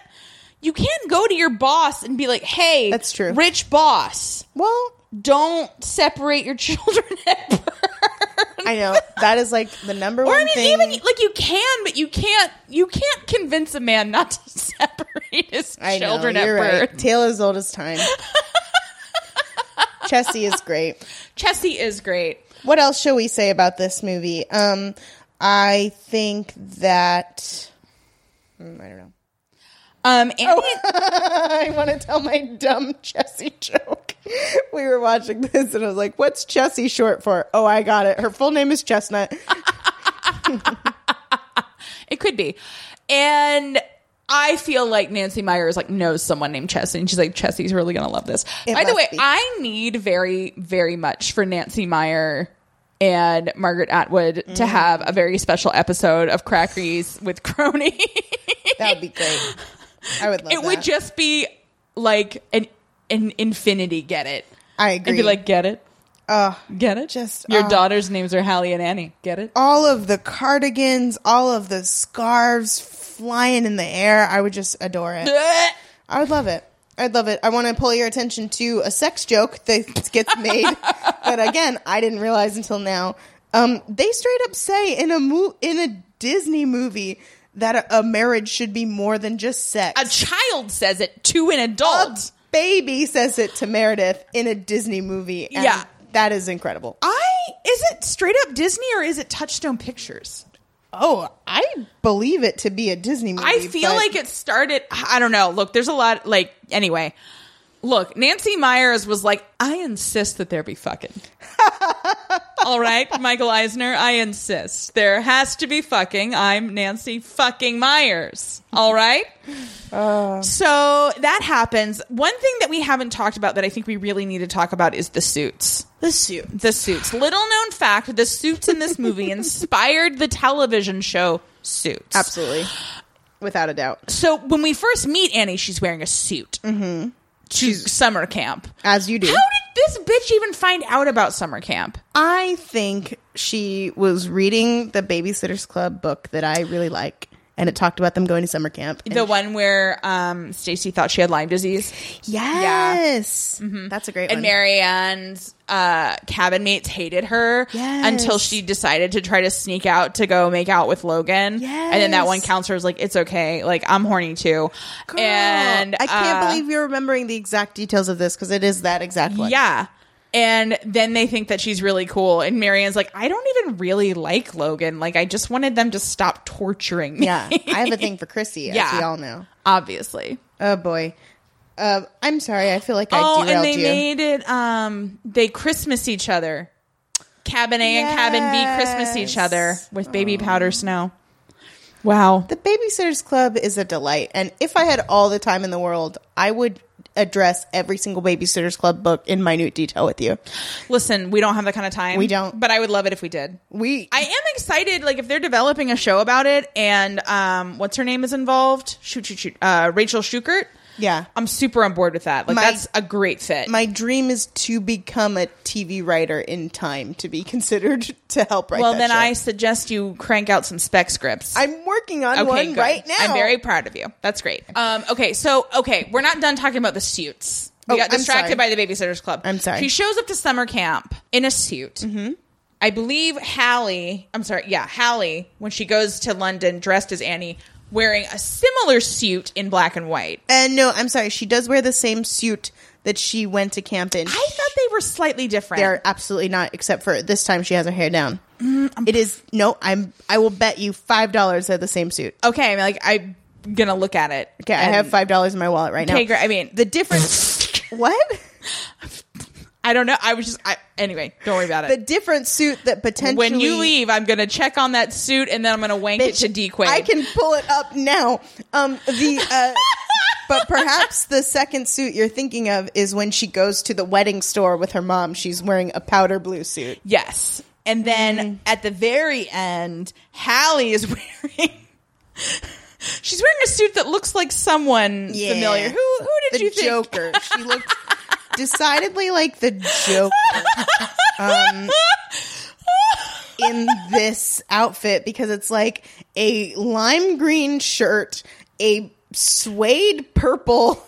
Speaker 1: you can't go to your boss and be like, "Hey,
Speaker 2: That's true.
Speaker 1: rich boss,
Speaker 2: Well,
Speaker 1: don't separate your children at birth."
Speaker 2: I know that is like the number
Speaker 1: Or
Speaker 2: one
Speaker 1: I mean,
Speaker 2: thing.
Speaker 1: even like you can, but you can't. You can't convince a man not to separate his
Speaker 2: I know,
Speaker 1: children
Speaker 2: you're
Speaker 1: at
Speaker 2: right.
Speaker 1: birth.
Speaker 2: Tale as old as time. Chessie is great.
Speaker 1: Chessie is great.
Speaker 2: What else shall we say about this movie? Um, I think that Mm, I don't know.
Speaker 1: Um, Annie,
Speaker 2: Oh. I want to tell my dumb Chessie joke. We were watching this, and I was like, "What's Chessie short for?" Oh, I got it. Her full name is Chestnut.
Speaker 1: It could be. And I feel like Nancy Myers like knows someone named Chessie, and she's like, Chessie's really gonna love this.
Speaker 2: It
Speaker 1: By the
Speaker 2: must
Speaker 1: way,
Speaker 2: be.
Speaker 1: I need very, very much for Nancy Meyer and Margaret Atwood
Speaker 2: Mm.
Speaker 1: to have a very special episode of Crackeries with Crony.
Speaker 2: That would be great. I would love
Speaker 1: it would
Speaker 2: that.
Speaker 1: just be like an an infinity get it.
Speaker 2: I
Speaker 1: It'd
Speaker 2: agree.
Speaker 1: be like, get it?
Speaker 2: Ugh.
Speaker 1: Get it?
Speaker 2: Just,
Speaker 1: Your
Speaker 2: uh,
Speaker 1: daughter's names are Hallie and Annie. Get it?
Speaker 2: all of the cardigans, all of the scarves flying in the air. I would just adore it. I would love it. I'd love it. I want to pull your attention to a sex joke that gets made that again I didn't realize until now. Um, they straight up say in a mo- in a Disney movie that a, a marriage should be more than just sex.
Speaker 1: a child says it to an
Speaker 2: A
Speaker 1: adult.
Speaker 2: baby says it to Meredith in a Disney movie. and
Speaker 1: Yeah.
Speaker 2: that is incredible.
Speaker 1: I is it straight up Disney or is it Touchstone Pictures?
Speaker 2: Oh, I believe it to be a Disney movie.
Speaker 1: I feel
Speaker 2: but-
Speaker 1: like it started. I don't know. Look, there's a lot. Like anyway, look, Nancy Myers was like, I insist that there be fucking. All right, Michael Eisner, I insist there has to be fucking. I'm Nancy fucking Myers. All right.
Speaker 2: Uh.
Speaker 1: so that happens. One thing that we haven't talked about that I think we really need to talk about is the suits.
Speaker 2: the suit.
Speaker 1: The suits. Little known fact, the suits in this movie inspired the television show Suits.
Speaker 2: Absolutely. Without a doubt.
Speaker 1: So when we first meet Annie, she's wearing a suit
Speaker 2: Mm-hmm.
Speaker 1: to summer camp.
Speaker 2: As you do.
Speaker 1: How did this bitch even find out about summer camp?
Speaker 2: I think she was reading the Babysitters Club book that I really like, and it talked about them going to summer camp. And-
Speaker 1: The one where um, Stacy thought she had Lyme disease,
Speaker 2: yes, that's a great
Speaker 1: Mm-hmm. and
Speaker 2: one.
Speaker 1: Marianne's uh, cabin mates hated her
Speaker 2: Yes.
Speaker 1: until she decided to try to sneak out to go make out with Logan. And then that one
Speaker 2: Yes.
Speaker 1: counselor was like, "It's okay, like I'm horny too."
Speaker 2: Girl,
Speaker 1: and
Speaker 2: I can't
Speaker 1: uh,
Speaker 2: believe you're remembering the exact details of this because it is that exact one.
Speaker 1: Yeah. And then they think that she's really cool. And Marianne's like, I don't even really like Logan. Like, I just wanted them to stop torturing me.
Speaker 2: yeah. I have a thing for Chrissy,
Speaker 1: Yeah.
Speaker 2: as we all know.
Speaker 1: Obviously.
Speaker 2: Oh boy, uh, I'm sorry. I feel like I
Speaker 1: oh, and
Speaker 2: derailed
Speaker 1: they
Speaker 2: you.
Speaker 1: made it, um, they Christmas each other. Cabin A and Cabin B Christmas each other
Speaker 2: Yes.
Speaker 1: with baby powder snow. Wow.
Speaker 2: the Babysitters Club is a delight, and if I had all the time in the world, I would address every single Babysitters Club book in minute detail with you.
Speaker 1: Listen, we don't have that kind of time.
Speaker 2: We don't.
Speaker 1: But I would love it if we did.
Speaker 2: We
Speaker 1: I am excited. Like if they're developing a show about it, and um, what's her name is involved? Shoot, shoot, shoot. Uh, Rachel Schukert.
Speaker 2: Yeah.
Speaker 1: I'm super on board with that. Like
Speaker 2: My-
Speaker 1: that's a great fit.
Speaker 2: My dream is to become a TV writer in time to be considered to help write.
Speaker 1: well,
Speaker 2: that
Speaker 1: then
Speaker 2: show.
Speaker 1: I suggest you crank out some spec scripts.
Speaker 2: I'm working on one
Speaker 1: good.
Speaker 2: right now.
Speaker 1: I'm very proud of you. That's great. Um, okay, so okay, we're not done talking about the suits. We
Speaker 2: Oh,
Speaker 1: got
Speaker 2: I'm
Speaker 1: distracted
Speaker 2: sorry. Mm-hmm.
Speaker 1: by the babysitters club.
Speaker 2: I'm sorry.
Speaker 1: She shows up to summer camp in a suit. I believe Hallie, I'm sorry, yeah, Hallie, when she goes to London dressed as Annie, wearing a similar suit in black and white.
Speaker 2: And no, I'm sorry. She does wear the same suit that she went to camp in.
Speaker 1: I thought they were slightly different.
Speaker 2: They're absolutely not, except for this time she has her hair down.
Speaker 1: Mm,
Speaker 2: it is no. I'm. I will bet you five dollars they're the same suit.
Speaker 1: okay, I'm like I'm gonna look at it.
Speaker 2: Okay, I have five dollars in my wallet right now.
Speaker 1: Okay, great. I mean,
Speaker 2: the difference. what?
Speaker 1: I don't know. I was just I, anyway. Don't worry about
Speaker 2: The
Speaker 1: it.
Speaker 2: different suit that potentially
Speaker 1: when you leave, I'm gonna check on that suit and then I'm gonna wank it to D Quaid.
Speaker 2: I can pull it up now. Um, the uh, but perhaps the second suit you're thinking of is when she goes to the wedding store with her mom. She's wearing a powder blue suit.
Speaker 1: Yes. And then
Speaker 2: Mm.
Speaker 1: at the very end, Hallie is wearing. she's wearing a suit that looks like someone
Speaker 2: Yeah.
Speaker 1: familiar. Who who did
Speaker 2: The
Speaker 1: you think?
Speaker 2: Joker. she looked decidedly like the Joker. Um, in this outfit because it's like a lime green shirt, a suede purple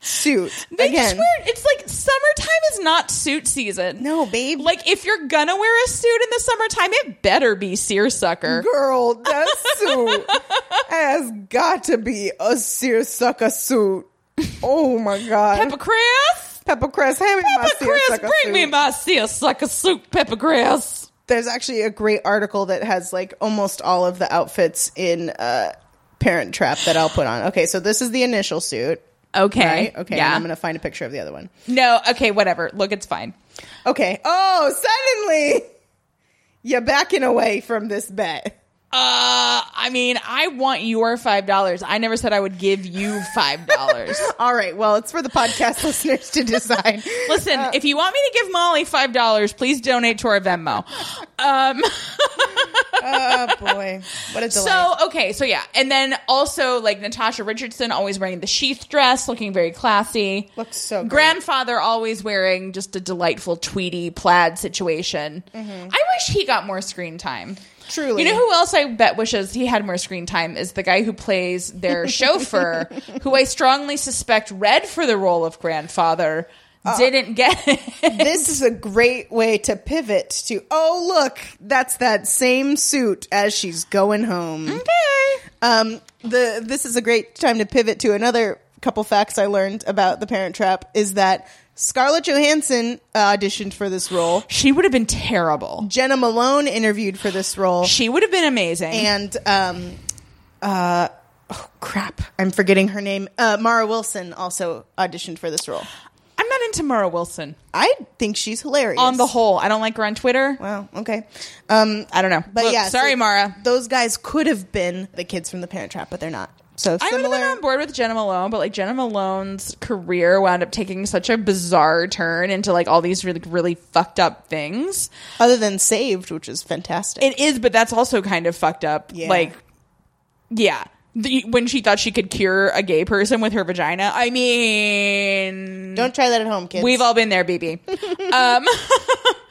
Speaker 2: suit.
Speaker 1: They just
Speaker 2: Again,
Speaker 1: wear it's like summertime is not suit season.
Speaker 2: no, babe.
Speaker 1: Like if you're gonna wear a suit in the summertime, it better be seersucker.
Speaker 2: girl, that suit has got to be a seersucker suit. Oh my god,
Speaker 1: Pepper Chris,
Speaker 2: Pepper Cress, hand me my
Speaker 1: Pepper Chris,
Speaker 2: seersucker
Speaker 1: bring
Speaker 2: suit.
Speaker 1: me my seersucker suit, Pepper Chris.
Speaker 2: There's actually a great article that has like almost all of the outfits in uh, Parent Trap that I'll put on. Okay, so this is the initial suit.
Speaker 1: Okay,
Speaker 2: Right? Okay, and
Speaker 1: yeah.
Speaker 2: I'm gonna find a picture of the other one.
Speaker 1: no, okay, whatever. Look, it's fine.
Speaker 2: Okay. Oh, suddenly you're backing away from this bet.
Speaker 1: Uh, I mean, I want your five dollars. I never said I would give you five dollars.
Speaker 2: All right. Well, it's for the podcast listeners to decide.
Speaker 1: Listen,
Speaker 2: Uh,
Speaker 1: if you want me to give Molly five dollars, please donate to our Venmo.
Speaker 2: oh boy, what a delay.
Speaker 1: So okay, so yeah, and then also like Natasha Richardson always wearing the sheath dress, looking very classy.
Speaker 2: Looks so great.
Speaker 1: Grandfather always wearing just a delightful tweedy plaid situation.
Speaker 2: Mm-hmm.
Speaker 1: I wish he got more screen time.
Speaker 2: Truly.
Speaker 1: You know who else I bet wishes he had more screen time is the guy who plays their chauffeur, who I strongly suspect read for the role of grandfather, didn't get it.
Speaker 2: this is a great way to pivot to oh look that's that same suit as she's going home
Speaker 1: Okay.
Speaker 2: um the this is a great time to pivot to another couple facts i learned about the parent trap is that scarlett johansson uh, auditioned for this role
Speaker 1: She would have been terrible.
Speaker 2: jenna malone interviewed for this role
Speaker 1: She would have been amazing.
Speaker 2: and um uh oh crap i'm forgetting her name uh mara wilson also auditioned for this role
Speaker 1: I'm not into Mara Wilson.
Speaker 2: i think she's hilarious
Speaker 1: On the whole, I don't like her on Twitter.
Speaker 2: Wow. Okay. Um,
Speaker 1: I don't know.
Speaker 2: But
Speaker 1: Look,
Speaker 2: yeah,
Speaker 1: sorry,
Speaker 2: so
Speaker 1: Mara.
Speaker 2: Those guys could have been the kids from the Parent Trap, but they're not. So
Speaker 1: I would have
Speaker 2: similar.
Speaker 1: been on board with Jenna Malone, but like Jenna Malone's career wound up taking such a bizarre turn into like all these really really fucked up things.
Speaker 2: Other than Saved, which is fantastic.
Speaker 1: It is, but that's also kind of fucked up.
Speaker 2: Yeah.
Speaker 1: Like, yeah. The, when she thought she could cure a gay person with her vagina, I mean,
Speaker 2: Don't try that at home, kids.
Speaker 1: we've all been there, BB.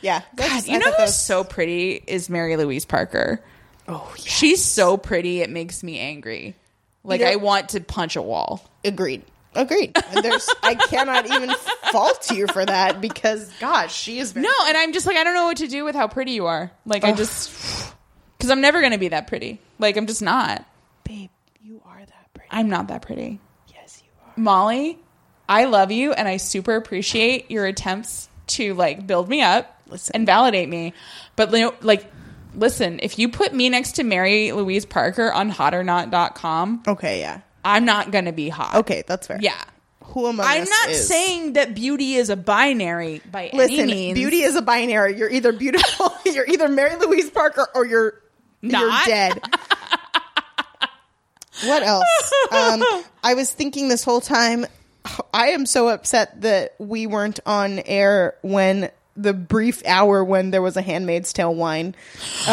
Speaker 2: yeah. That's-
Speaker 1: God, you
Speaker 2: I
Speaker 1: know
Speaker 2: thought that
Speaker 1: who's
Speaker 2: was-
Speaker 1: so pretty is Mary Louise Parker.
Speaker 2: Oh, yeah.
Speaker 1: She's so pretty; it makes me angry. Like
Speaker 2: You know-
Speaker 1: I want to punch a wall.
Speaker 2: agreed. Agreed. And There's, I cannot even fault you for that because, gosh, she is very.
Speaker 1: No, and I'm just like I don't know what to do with how pretty you are. Like I just because I'm never gonna be that pretty. Like I'm just not.
Speaker 2: babe, you are that pretty.
Speaker 1: I'm not that pretty.
Speaker 2: Yes, you are.
Speaker 1: Molly, I love you and I super appreciate your attempts to like build me up
Speaker 2: Listen.
Speaker 1: and validate me. But you know, like listen, if you put me next to Mary Louise Parker on hotornot.com,
Speaker 2: Okay, yeah.
Speaker 1: I'm not going to be hot.
Speaker 2: Okay, that's fair.
Speaker 1: Yeah.
Speaker 2: Who am I?
Speaker 1: I'm not saying that beauty is a binary by
Speaker 2: Listen,
Speaker 1: any means.
Speaker 2: beauty is a binary. You're either beautiful, you're either Mary Louise Parker, or you're
Speaker 1: Not.
Speaker 2: you're dead. what else? Um, I was thinking this whole time. I am so upset that we weren't on air when the brief hour when there was a Handmaid's Tale wine,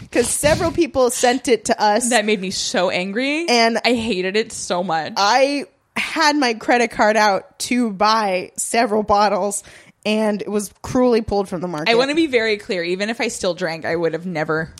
Speaker 2: because several people sent it to us.
Speaker 1: that made me so angry
Speaker 2: And-
Speaker 1: I hated it so much.
Speaker 2: I had my credit card out to buy several bottles, and it was cruelly pulled from the market.
Speaker 1: I want to be very clear. Even if I still drank, I would have never,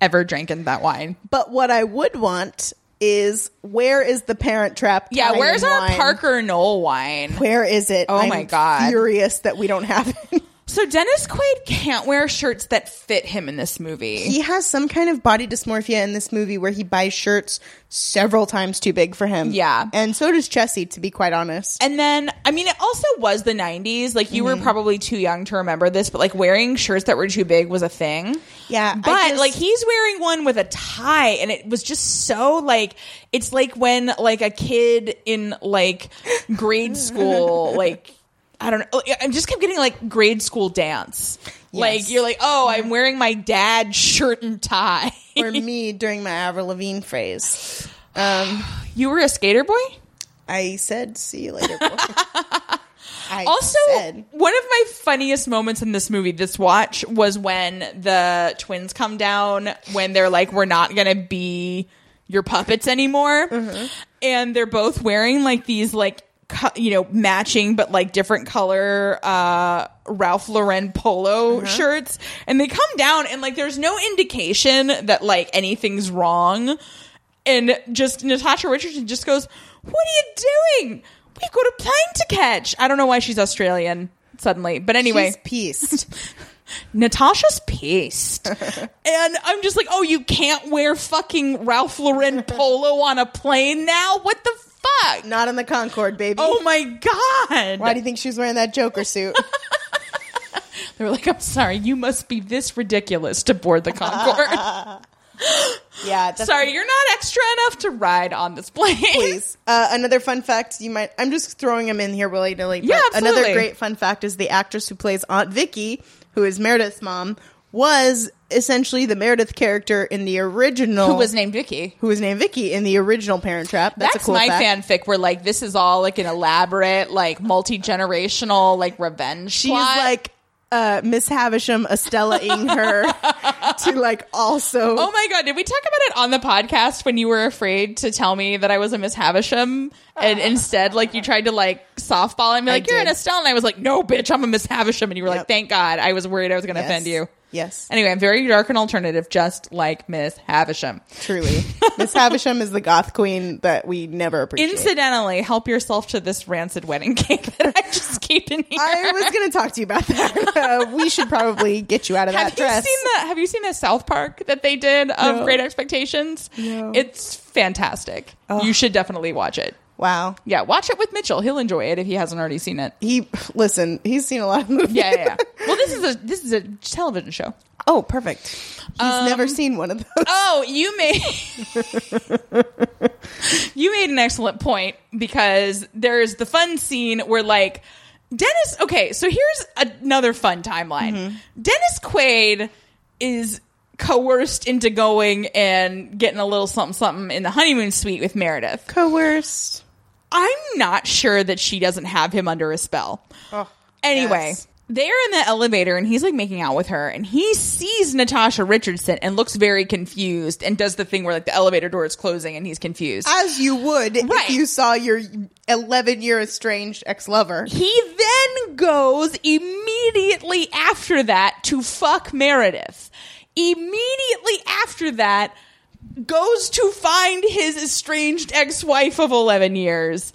Speaker 1: ever drinking that wine.
Speaker 2: But what I would want is where is the parent trap?
Speaker 1: Yeah,
Speaker 2: Italian
Speaker 1: where's our
Speaker 2: wine?
Speaker 1: Parker Knoll wine?
Speaker 2: Where is it?
Speaker 1: Oh my God.
Speaker 2: Furious that we don't have it.
Speaker 1: So Dennis Quaid can't wear shirts that fit him in this movie.
Speaker 2: He has some kind of body dysmorphia in this movie where he buys shirts several times too big for him.
Speaker 1: Yeah.
Speaker 2: And so does Chessie, to be quite honest.
Speaker 1: and then, I mean, it also was the 90s. Like, you
Speaker 2: Mm-hmm.
Speaker 1: were probably too young to remember this, but like wearing shirts that were too big was a thing.
Speaker 2: Yeah, I
Speaker 1: But
Speaker 2: just-
Speaker 1: like, he's wearing one with a tie, and it was just so like, it's like when like a kid in like grade school, like, I don't know. I just kept getting like grade school dance. Like,
Speaker 2: Yes. Mm-hmm.
Speaker 1: you're like, oh, I'm wearing my dad's shirt and tie.
Speaker 2: or me during my Avril Lavigne phrase.
Speaker 1: you were a skater boy?
Speaker 2: I said, see you later. boy." I
Speaker 1: Also,
Speaker 2: said,
Speaker 1: one of my funniest moments in this movie, this watch, was when the twins come down when they're like, "We're not gonna be your puppets anymore,"
Speaker 2: Mm-hmm.
Speaker 1: and they're both wearing like these like co- you know matching but like different color uh Ralph Lauren polo
Speaker 2: Mm-hmm.
Speaker 1: shirts, and they come down and like there's no indication that like anything's wrong. And just Natasha Richardson just goes, What are you doing? We've got a plane to catch. I don't know why she's Australian suddenly. But anyway,
Speaker 2: she's pieced.
Speaker 1: Natasha's pissed. and I'm just like, Oh, you can't wear fucking Ralph Lauren polo on a plane now? What the fuck?
Speaker 2: Not on the Concorde, baby.
Speaker 1: Oh my God.
Speaker 2: Why do you think she was wearing that Joker suit?
Speaker 1: They're like, I'm sorry, you must be this ridiculous to board the Concorde.
Speaker 2: yeah, that's
Speaker 1: sorry, you're not extra enough to ride on this plane.
Speaker 2: Please. Uh, another fun fact you might. I'm just throwing them in here willy nilly.
Speaker 1: Yeah, absolutely.
Speaker 2: Another great fun fact is the actress who plays Aunt Vicky, who is Meredith's mom, was essentially the Meredith character in the original.
Speaker 1: Who was named Vicky?
Speaker 2: who was named Vicky in the original Parent Trap? That's, a cool
Speaker 1: my
Speaker 2: fact.
Speaker 1: fanfic where like this is all like an elaborate like multi-generational like revenge
Speaker 2: She's like uh, Miss Havisham, Estella-ing her to like also.
Speaker 1: oh my god did we talk about it on the podcast when you were afraid to tell me that i was a miss havisham and instead like you tried to like softball and be like you're
Speaker 2: Ah. did.
Speaker 1: an estelle and i was like no bitch i'm a miss havisham and you were like
Speaker 2: Yep.
Speaker 1: thank god i was worried i was gonna
Speaker 2: Yes.
Speaker 1: offend you
Speaker 2: Yes,
Speaker 1: anyway i'm very dark and alternative just like miss havisham
Speaker 2: truly. Miss Havisham is the goth queen that we never appreciate.
Speaker 1: incidentally help yourself to this rancid wedding cake that i just keep in here
Speaker 2: I was going to talk to you about that. Uh, we should probably get you out of that
Speaker 1: have
Speaker 2: dress.
Speaker 1: you seen the Have you seen the South Park that they did of
Speaker 2: No.
Speaker 1: Great Expectations?
Speaker 2: No.
Speaker 1: It's fantastic. You should definitely watch it.
Speaker 2: wow.
Speaker 1: Yeah, watch it with Mitchell. He'll enjoy it if he hasn't already seen it.
Speaker 2: He listen. He's seen a lot of movies.
Speaker 1: Yeah, yeah. yeah. well, this is a this is a television show.
Speaker 2: Oh, perfect. He's
Speaker 1: Um,
Speaker 2: never seen one of those.
Speaker 1: Oh, you made you made an excellent point because there's the fun scene where like Dennis. Okay, so here's another fun timeline. Dennis Quaid is coerced into going and getting a little something something in the honeymoon suite with Meredith.
Speaker 2: Coerced.
Speaker 1: I'm not sure that she doesn't have him under a spell. Anyway,
Speaker 2: yes.
Speaker 1: they're in the elevator and he's like making out with her and he sees Natasha Richardson and looks very confused and does the thing where like the elevator door is closing and he's confused.
Speaker 2: as you would
Speaker 1: Right.
Speaker 2: if you saw your 11 year estranged ex lover.
Speaker 1: he then goes immediately after that to fuck Meredith. Immediately after that, goes to find his estranged ex-wife of 11 years.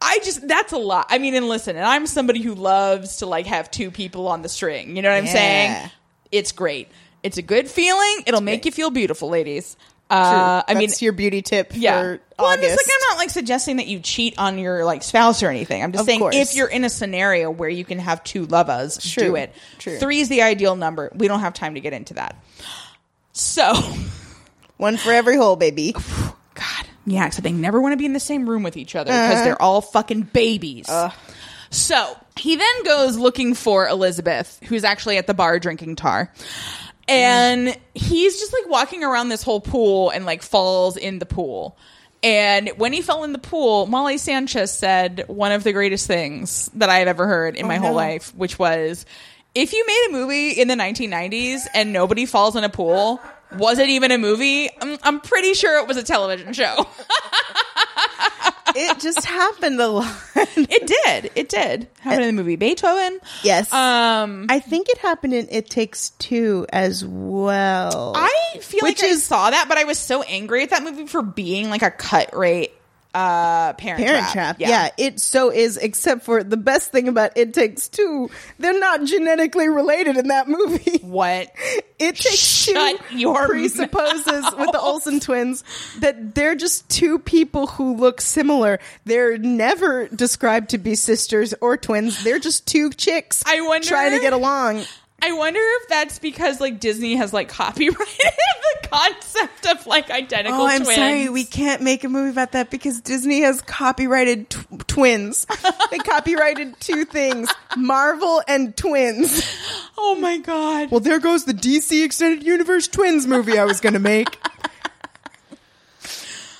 Speaker 1: I just that's a lot. I mean, and listen, and I'm somebody who loves to like have two people on the string. You know what I'm
Speaker 2: Yeah.
Speaker 1: saying? It's great. It's a good feeling. It'll make you feel beautiful, ladies. Uh, I mean,
Speaker 2: That's your beauty tip for
Speaker 1: well, I'm
Speaker 2: August.
Speaker 1: just like I'm not like suggesting that you cheat on your like spouse or anything. I'm just
Speaker 2: Of
Speaker 1: saying
Speaker 2: course.
Speaker 1: if you're in a scenario where you can have two lovers, do
Speaker 2: True.
Speaker 1: it.
Speaker 2: True.
Speaker 1: Three is the ideal number. We don't have time to get into that. So,
Speaker 2: one for every hole, baby.
Speaker 1: God, yeah. So they never want to be in the same room with each other
Speaker 2: Uh-huh.
Speaker 1: because they're all fucking babies. So he then goes looking for Elizabeth, who's actually at the bar drinking tar. And he's just like walking around this whole pool and like falls in the pool. And when he fell in the pool, Molly Sanchez said one of the greatest things that I have ever heard in my whole
Speaker 2: no.
Speaker 1: life, which was if you made a movie in the 1990s and nobody falls in a pool, was it even a movie? I'm, I'm pretty sure it was a television show.
Speaker 2: It just happened a lot.
Speaker 1: it did. It did. Happened in the movie Beethoven.
Speaker 2: Yes.
Speaker 1: Um,
Speaker 2: I think it happened in It Takes Two as well.
Speaker 1: I feel
Speaker 2: Which
Speaker 1: like I
Speaker 2: is-
Speaker 1: saw that, but I was so angry at that movie for being like a cut rate uh, Parent,
Speaker 2: Parent Trap. Yeah. it so is. Except for the best thing about It Takes Two, they're not genetically related in that movie.
Speaker 1: What?
Speaker 2: It takes
Speaker 1: Shut
Speaker 2: two
Speaker 1: your
Speaker 2: presupposes with the Olsen twins that they're just two people who look similar. They're never described to be sisters or twins. They're just two chicks.
Speaker 1: I wonder-
Speaker 2: trying to get along.
Speaker 1: I wonder if that's because like Disney has like copyrighted the concept of like identical
Speaker 2: Oh, I'm
Speaker 1: twins.
Speaker 2: sorry, we can't make a movie about that because Disney has copyrighted tw- twins. they copyrighted two things: Marvel and twins.
Speaker 1: Oh my god.
Speaker 2: Well, there goes the DC Extended Universe Twins movie I was going to make.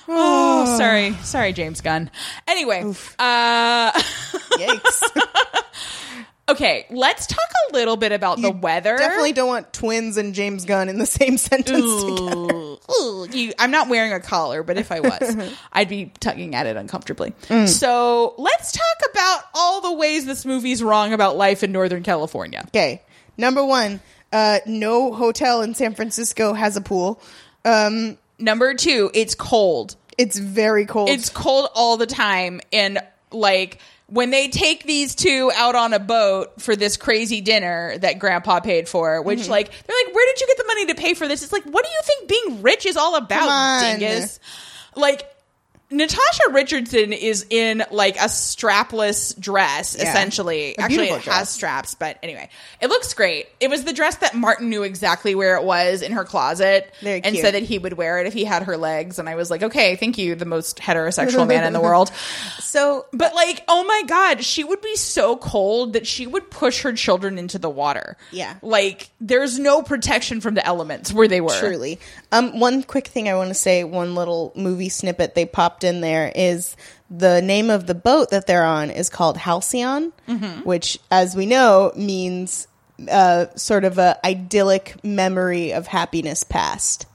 Speaker 1: oh, sorry, sorry, James Gunn. Anyway, uh,
Speaker 2: Yikes.
Speaker 1: okay, let's talk a little bit about the weather.
Speaker 2: Definitely don't want twins and James Gunn in the same sentence together.
Speaker 1: Ooh, you, I'm not wearing a collar, but if I was, I'd be tugging at it uncomfortably. So let's talk about all the ways this movie's wrong about life in Northern California.
Speaker 2: Okay. Number one, uh, no hotel in San Francisco has a pool. Um,
Speaker 1: Number two, it's cold.
Speaker 2: it's very cold.
Speaker 1: It's cold all the time. And like when they take these two out on a boat for this crazy dinner that grandpa paid for, which
Speaker 2: Mm-hmm.
Speaker 1: like they're like, where did you get the money to pay for this? It's like, what do you think being rich is all about,
Speaker 2: Come on.
Speaker 1: dingus? Like Natasha Richardson is in like a strapless dress,
Speaker 2: Yeah.
Speaker 1: essentially.
Speaker 2: A
Speaker 1: Actually,
Speaker 2: beautiful
Speaker 1: it
Speaker 2: dress.
Speaker 1: has straps, but anyway, it looks great. It was the dress that Martin knew exactly where it was in her closet
Speaker 2: Very
Speaker 1: and
Speaker 2: cute.
Speaker 1: said that he would wear it if he had her legs. And I was like, okay, thank you, the most heterosexual man in the world.
Speaker 2: so
Speaker 1: But like, oh my God, she would be so cold that she would push her children into the water.
Speaker 2: Yeah.
Speaker 1: Like, there's no protection from the elements where they were.
Speaker 2: Truly. Um, one quick thing I want to say, one little movie snippet they popped in there is the name of the boat that they're on is called Halcyon, which, as we know, means uh, sort of a idyllic memory of happiness past.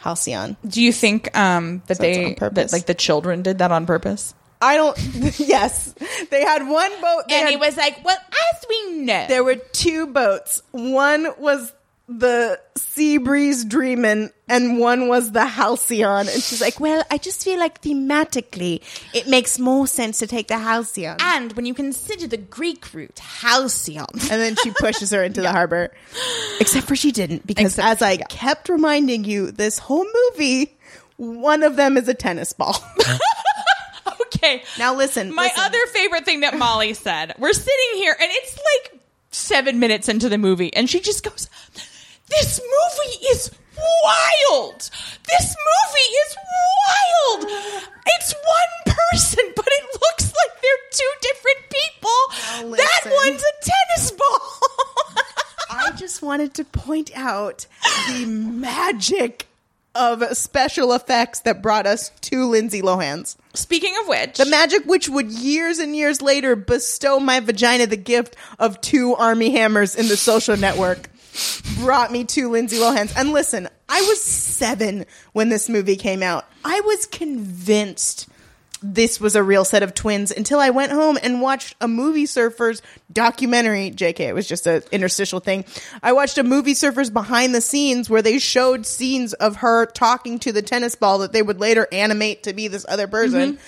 Speaker 2: Halcyon.
Speaker 1: Do you think um, that
Speaker 2: it's
Speaker 1: they,
Speaker 2: on purpose.
Speaker 1: that, like, the children did that on purpose?
Speaker 2: I don't. yes, they had one boat. They
Speaker 1: and
Speaker 2: had-
Speaker 1: he was like, well, as we know.
Speaker 2: there were two boats. One was the sea breeze dreamin', and one was the halcyon. And she's like, "Well, I just feel like thematically, it makes more sense to take the halcyon."
Speaker 1: and when you consider the Greek root, halcyon.
Speaker 2: and then she pushes her into the harbor. Except for she didn't, because
Speaker 1: Except-
Speaker 2: as I kept reminding you, this whole movie, one of them is a tennis ball.
Speaker 1: okay.
Speaker 2: now listen,
Speaker 1: My
Speaker 2: listen.
Speaker 1: other favorite thing that Molly said, we're sitting here and it's like seven minutes into the movie, and she just goes, This movie is wild! This movie is wild! It's one person, but it looks like they're two different people.
Speaker 2: Now
Speaker 1: that
Speaker 2: listen.
Speaker 1: one's a tennis ball!
Speaker 2: I just wanted to point out the magic of special effects that brought us to Lindsay Lohan's.
Speaker 1: Speaking of which,
Speaker 2: The magic which would years and years later bestow my vagina the gift of two army hammers in the social network brought me to Lindsay Lohan's. And listen, I was seven when this movie came out. I was convinced this was a real set of twins until I went home and watched a movie surfers documentary. JK, it was just an interstitial thing. I watched a movie surfers behind the scenes where they showed scenes of her talking to the tennis ball that they would later animate to be this other person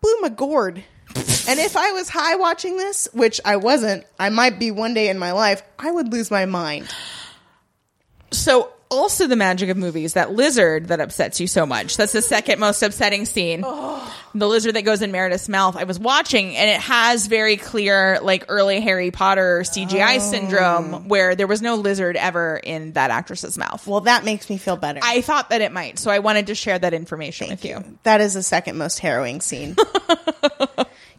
Speaker 2: blew my gourd. and if I was high watching this, which I wasn't, I might be one day in my life, I would lose my mind.
Speaker 1: so also the magic of movies that lizard that upsets you so much that's the second most upsetting scene the lizard that goes in meredith's mouth i was watching and it has very clear like early harry potter cgi syndrome where there was no lizard ever in that actress's mouth
Speaker 2: Well, that makes me feel better.
Speaker 1: i thought that it might so i wanted to share that information with you,
Speaker 2: that is the second most harrowing scene.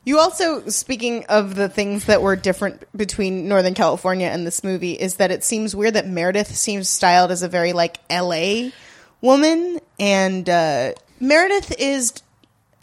Speaker 2: you also, speaking of the things that were different between Northern California and this movie, is that it seems weird that Meredith seems styled as a very like LA woman, and uh, Meredith is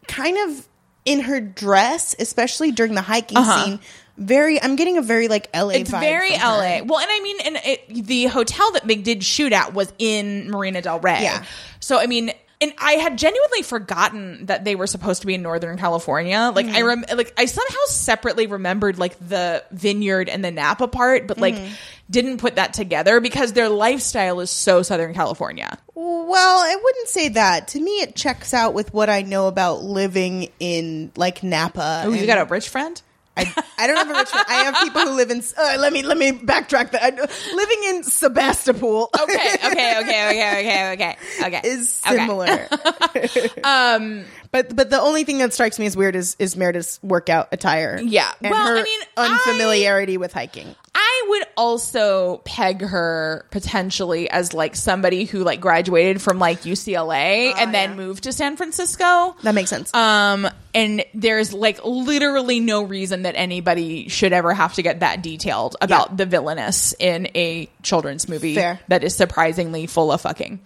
Speaker 2: kind of in her dress, especially during the hiking scene. Very, I'm getting a very like LA.
Speaker 1: Uh-huh. it's
Speaker 2: vibe
Speaker 1: very
Speaker 2: from her.
Speaker 1: LA. Well, and I mean, and it, the hotel that they did shoot at was in Marina Del Rey.
Speaker 2: Yeah.
Speaker 1: So I mean, and I had genuinely forgotten that they were supposed to be in Northern California. Like I
Speaker 2: Mm-hmm.
Speaker 1: rem- like I somehow separately remembered like the vineyard and the Napa part, but like
Speaker 2: Mm-hmm.
Speaker 1: didn't put that together because their lifestyle is so Southern California.
Speaker 2: Well, I wouldn't say that. To me, it checks out with what I know about living in like Napa.
Speaker 1: Oh, you
Speaker 2: and-
Speaker 1: got a rich friend?
Speaker 2: I, I don't have a rich. friend. I have people who live in. Uh, let me let me backtrack that. I, know- living in Sebastopol
Speaker 1: Okay, okay, okay, okay, okay, okay, okay.
Speaker 2: is
Speaker 1: Okay. Um,
Speaker 2: similar. but but the only thing that strikes me as weird is is Meredith's workout attire.
Speaker 1: Yeah.
Speaker 2: and
Speaker 1: Well,
Speaker 2: her
Speaker 1: I mean, I-
Speaker 2: unfamiliarity with hiking.
Speaker 1: I would also peg her potentially as like somebody who like graduated from like UCLA and then
Speaker 2: Oh, yeah.
Speaker 1: moved to San Francisco.
Speaker 2: That makes sense.
Speaker 1: Um, and there's like literally no reason that anybody should ever have to get that detailed about
Speaker 2: Yeah.
Speaker 1: the villainous in a children's movie
Speaker 2: Fair.
Speaker 1: that is surprisingly full of fucking.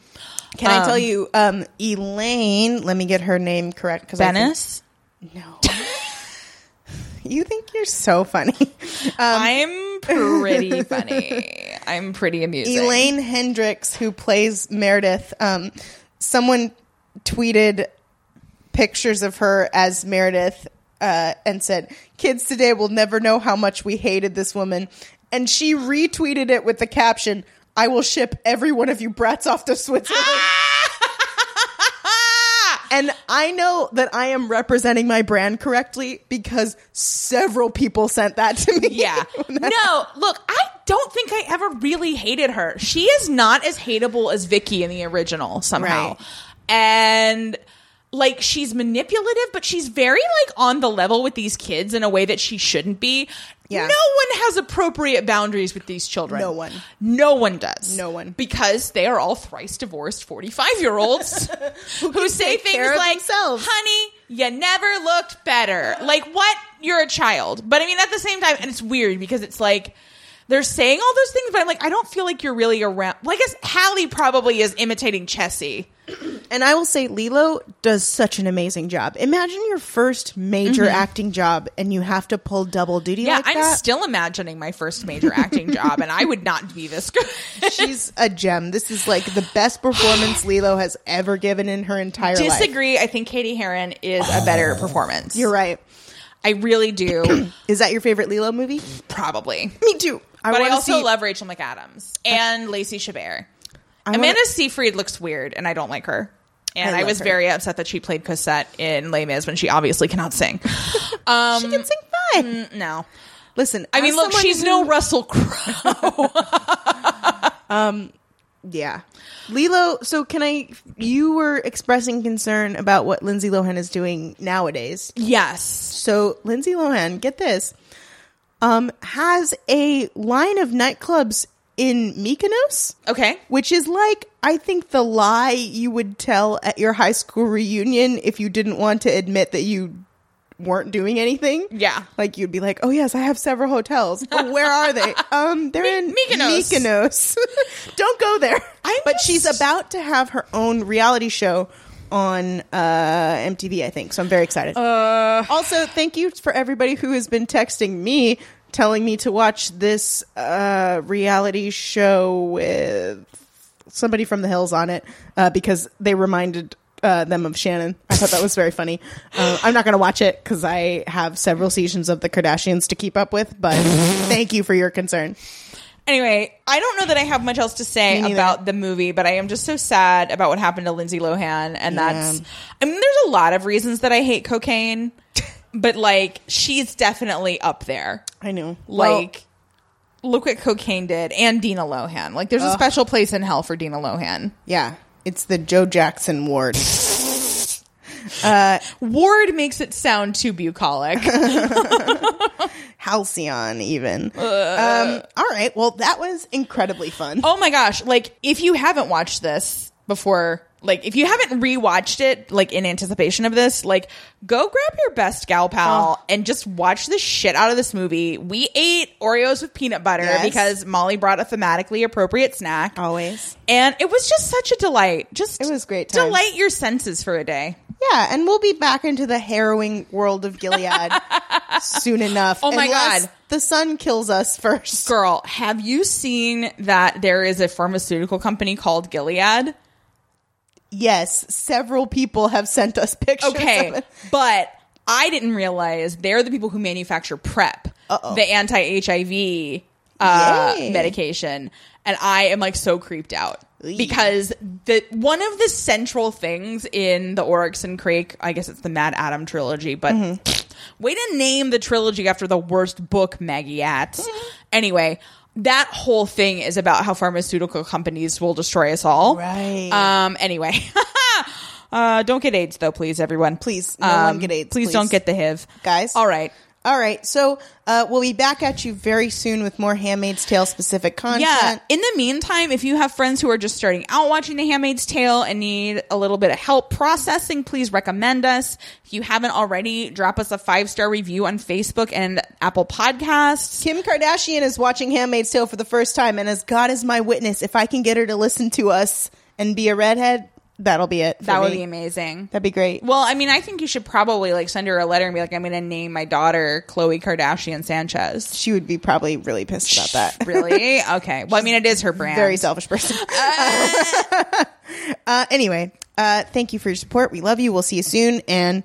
Speaker 2: Can I tell
Speaker 1: um,
Speaker 2: you, um, Elaine? Let me get her name correct. Because
Speaker 1: Venice,
Speaker 2: No. you think you're so funny. Um,
Speaker 1: I'm pretty funny. I'm pretty amusing.
Speaker 2: Elaine Hendricks, who plays Meredith, um, someone tweeted pictures of her as Meredith uh, and said, Kids today will never know how much we hated this woman. And she retweeted it with the caption, I will ship every one of you brats off to Switzerland. And I know that I am representing my brand correctly because several people sent that to me.
Speaker 1: Yeah. No, look, I don't think I ever really hated her. She is not as hateable as Vicky in the original somehow.
Speaker 2: Right.
Speaker 1: And like she's manipulative, but she's very like on the level with these kids in a way that she shouldn't be.
Speaker 2: Yeah.
Speaker 1: No one has appropriate boundaries with these children.
Speaker 2: No one.
Speaker 1: No one does.
Speaker 2: No one.
Speaker 1: Because they are all thrice divorced 45 year olds who, say
Speaker 2: take care
Speaker 1: things
Speaker 2: of
Speaker 1: like,
Speaker 2: themselves.
Speaker 1: honey, you never looked better. Like, what? You're a child. But I mean, at the same time, and it's weird because it's like, they're saying all those things, but I'm like, I don't feel like you're really around. Well, I guess Hallie probably is imitating Chessie.
Speaker 2: And I will say, Lilo does such an amazing job. Imagine your first major acting job and you have to pull double duty
Speaker 1: Mm-hmm. Yeah,
Speaker 2: like
Speaker 1: I'm
Speaker 2: that.
Speaker 1: still imagining my first major acting job, and I would not be this good.
Speaker 2: She's a gem. This is like the best performance Lilo has ever given in her entire life.
Speaker 1: Disagree. I think Katie Heron is a better performance.
Speaker 2: You're right.
Speaker 1: I really do.
Speaker 2: Is that your favorite Lilo movie?
Speaker 1: probably.
Speaker 2: Me too. I
Speaker 1: but I
Speaker 2: wanna
Speaker 1: also
Speaker 2: see-
Speaker 1: love Rachel McAdams and Lacey Chabert.
Speaker 2: I wanna-
Speaker 1: Amanda Seyfried looks weird, and I don't like her. And
Speaker 2: I
Speaker 1: I,
Speaker 2: love
Speaker 1: was
Speaker 2: her.
Speaker 1: very upset that she played Cosette in Les Mis when she obviously cannot sing. Um,
Speaker 2: She can sing fine.
Speaker 1: no,
Speaker 2: Listen,
Speaker 1: I mean,
Speaker 2: Mm, as
Speaker 1: look,
Speaker 2: someone
Speaker 1: she's
Speaker 2: who-
Speaker 1: no Russell Crowe.
Speaker 2: Yeah. Lilo, so can I you were expressing concern about what Lindsay Lohan is doing nowadays.
Speaker 1: yes,
Speaker 2: So Lindsay Lohan, get this, um, has a line of nightclubs in Mykonos,
Speaker 1: okay.
Speaker 2: which is like I think the lie you would tell at your high school reunion if you didn't want to admit that you weren't doing anything.
Speaker 1: Yeah.
Speaker 2: Like you'd be like, "Oh yes, I have several hotels. Oh, where are they? Um, they're in
Speaker 1: Mykonos.
Speaker 2: Mykonos. Don't go there."
Speaker 1: I'm
Speaker 2: but
Speaker 1: just-
Speaker 2: she's about to have her own reality show on uh, MTV, I think. So I'm very excited. Also, thank you for everybody who has been texting me telling me to watch this uh, reality show with somebody from the hills on it uh, because they reminded uh, them of Shannon. I thought that was very funny. Uh, I'm not going to watch it because I have several seasons of the Kardashians to keep up with, but thank you for your concern.
Speaker 1: Anyway, I don't know that I have much else to say
Speaker 2: neither.
Speaker 1: about the movie, but I am just so sad about what happened to Lindsay Lohan. And that's, I mean, there's a lot of reasons that I hate cocaine, but like, she's definitely up there.
Speaker 2: I know.
Speaker 1: Like, look what cocaine did and Dina Lohan. Like, there's a special place in hell for Dina Lohan.
Speaker 2: yeah, it's the Joe Jackson Ward.
Speaker 1: Ward makes it sound too bucolic.
Speaker 2: Halcyon, even. Um, all right. Well, that was incredibly fun.
Speaker 1: oh my gosh. Like, if you haven't watched this before, like, if you haven't rewatched it, like, in anticipation of this, like, go grab your best gal pal and just watch the shit out of this movie. We ate Oreos with peanut butter
Speaker 2: Yes.
Speaker 1: because Molly brought a thematically appropriate snack.
Speaker 2: Always.
Speaker 1: And it was just such a delight. Just
Speaker 2: It was great times.
Speaker 1: Delight your senses for a day.
Speaker 2: Yeah, and we'll be back into the harrowing world of Gilead soon enough.
Speaker 1: Oh my
Speaker 2: unless
Speaker 1: God.
Speaker 2: The sun kills us first.
Speaker 1: Girl, have you seen that there is a pharmaceutical company called Gilead?
Speaker 2: Yes, several people have sent us pictures. of
Speaker 1: Okay,
Speaker 2: it.
Speaker 1: but I didn't realize they're the people who manufacture PrEP,
Speaker 2: Uh-oh.
Speaker 1: the anti HIV uh,
Speaker 2: Yay.
Speaker 1: medication, and I am like so creeped out
Speaker 2: Ooh.
Speaker 1: because the one of the central things in the Oryx and Crake, I guess it's the Mad Adam trilogy, but.
Speaker 2: Mm-hmm.
Speaker 1: Way to name the trilogy after the worst book, Maggie Atts.
Speaker 2: Mm-hmm.
Speaker 1: Anyway, that whole thing is about how pharmaceutical companies will destroy us all.
Speaker 2: Right.
Speaker 1: Um. Anyway, uh, don't get AIDS though, please, everyone.
Speaker 2: Please, no one get AIDS,
Speaker 1: Um, Please,
Speaker 2: please.
Speaker 1: don't get the HIV,
Speaker 2: Guys.
Speaker 1: All right.
Speaker 2: All right, so uh, we'll be back at you very soon with more Handmaid's Tale specific content.
Speaker 1: Yeah. In the meantime, if you have friends who are just starting out watching The Handmaid's Tale and need a little bit of help processing, please recommend us. If you haven't already, drop us a five star review on Facebook and Apple Podcasts.
Speaker 2: Kim Kardashian is watching Handmaid's Tale for the first time, and as God is my witness, if I can get her to listen to us and be a redhead, that'll be it. for
Speaker 1: That would
Speaker 2: me.
Speaker 1: be amazing.
Speaker 2: That'd be great.
Speaker 1: Well, I mean, I think you should probably like send her a letter and be like, "I'm going to name my daughter Chloe Kardashian Sanchez."
Speaker 2: She would be probably really pissed about that.
Speaker 1: really? Okay. Well, I mean, it is her brand.
Speaker 2: Very selfish person. uh, anyway, uh, thank you for your support. We love you. We'll see you soon. And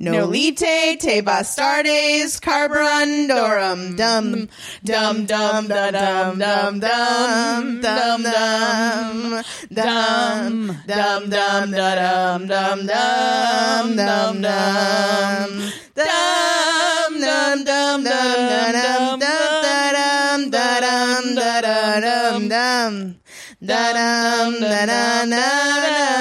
Speaker 2: nolite te bastardes carburandorum dum dum dum dum dum dum dum dum dum dum dum dum dum dum dum dum dum dum dum dum dum dum dum dum dum dum dum dum dum dum dum dum dum dum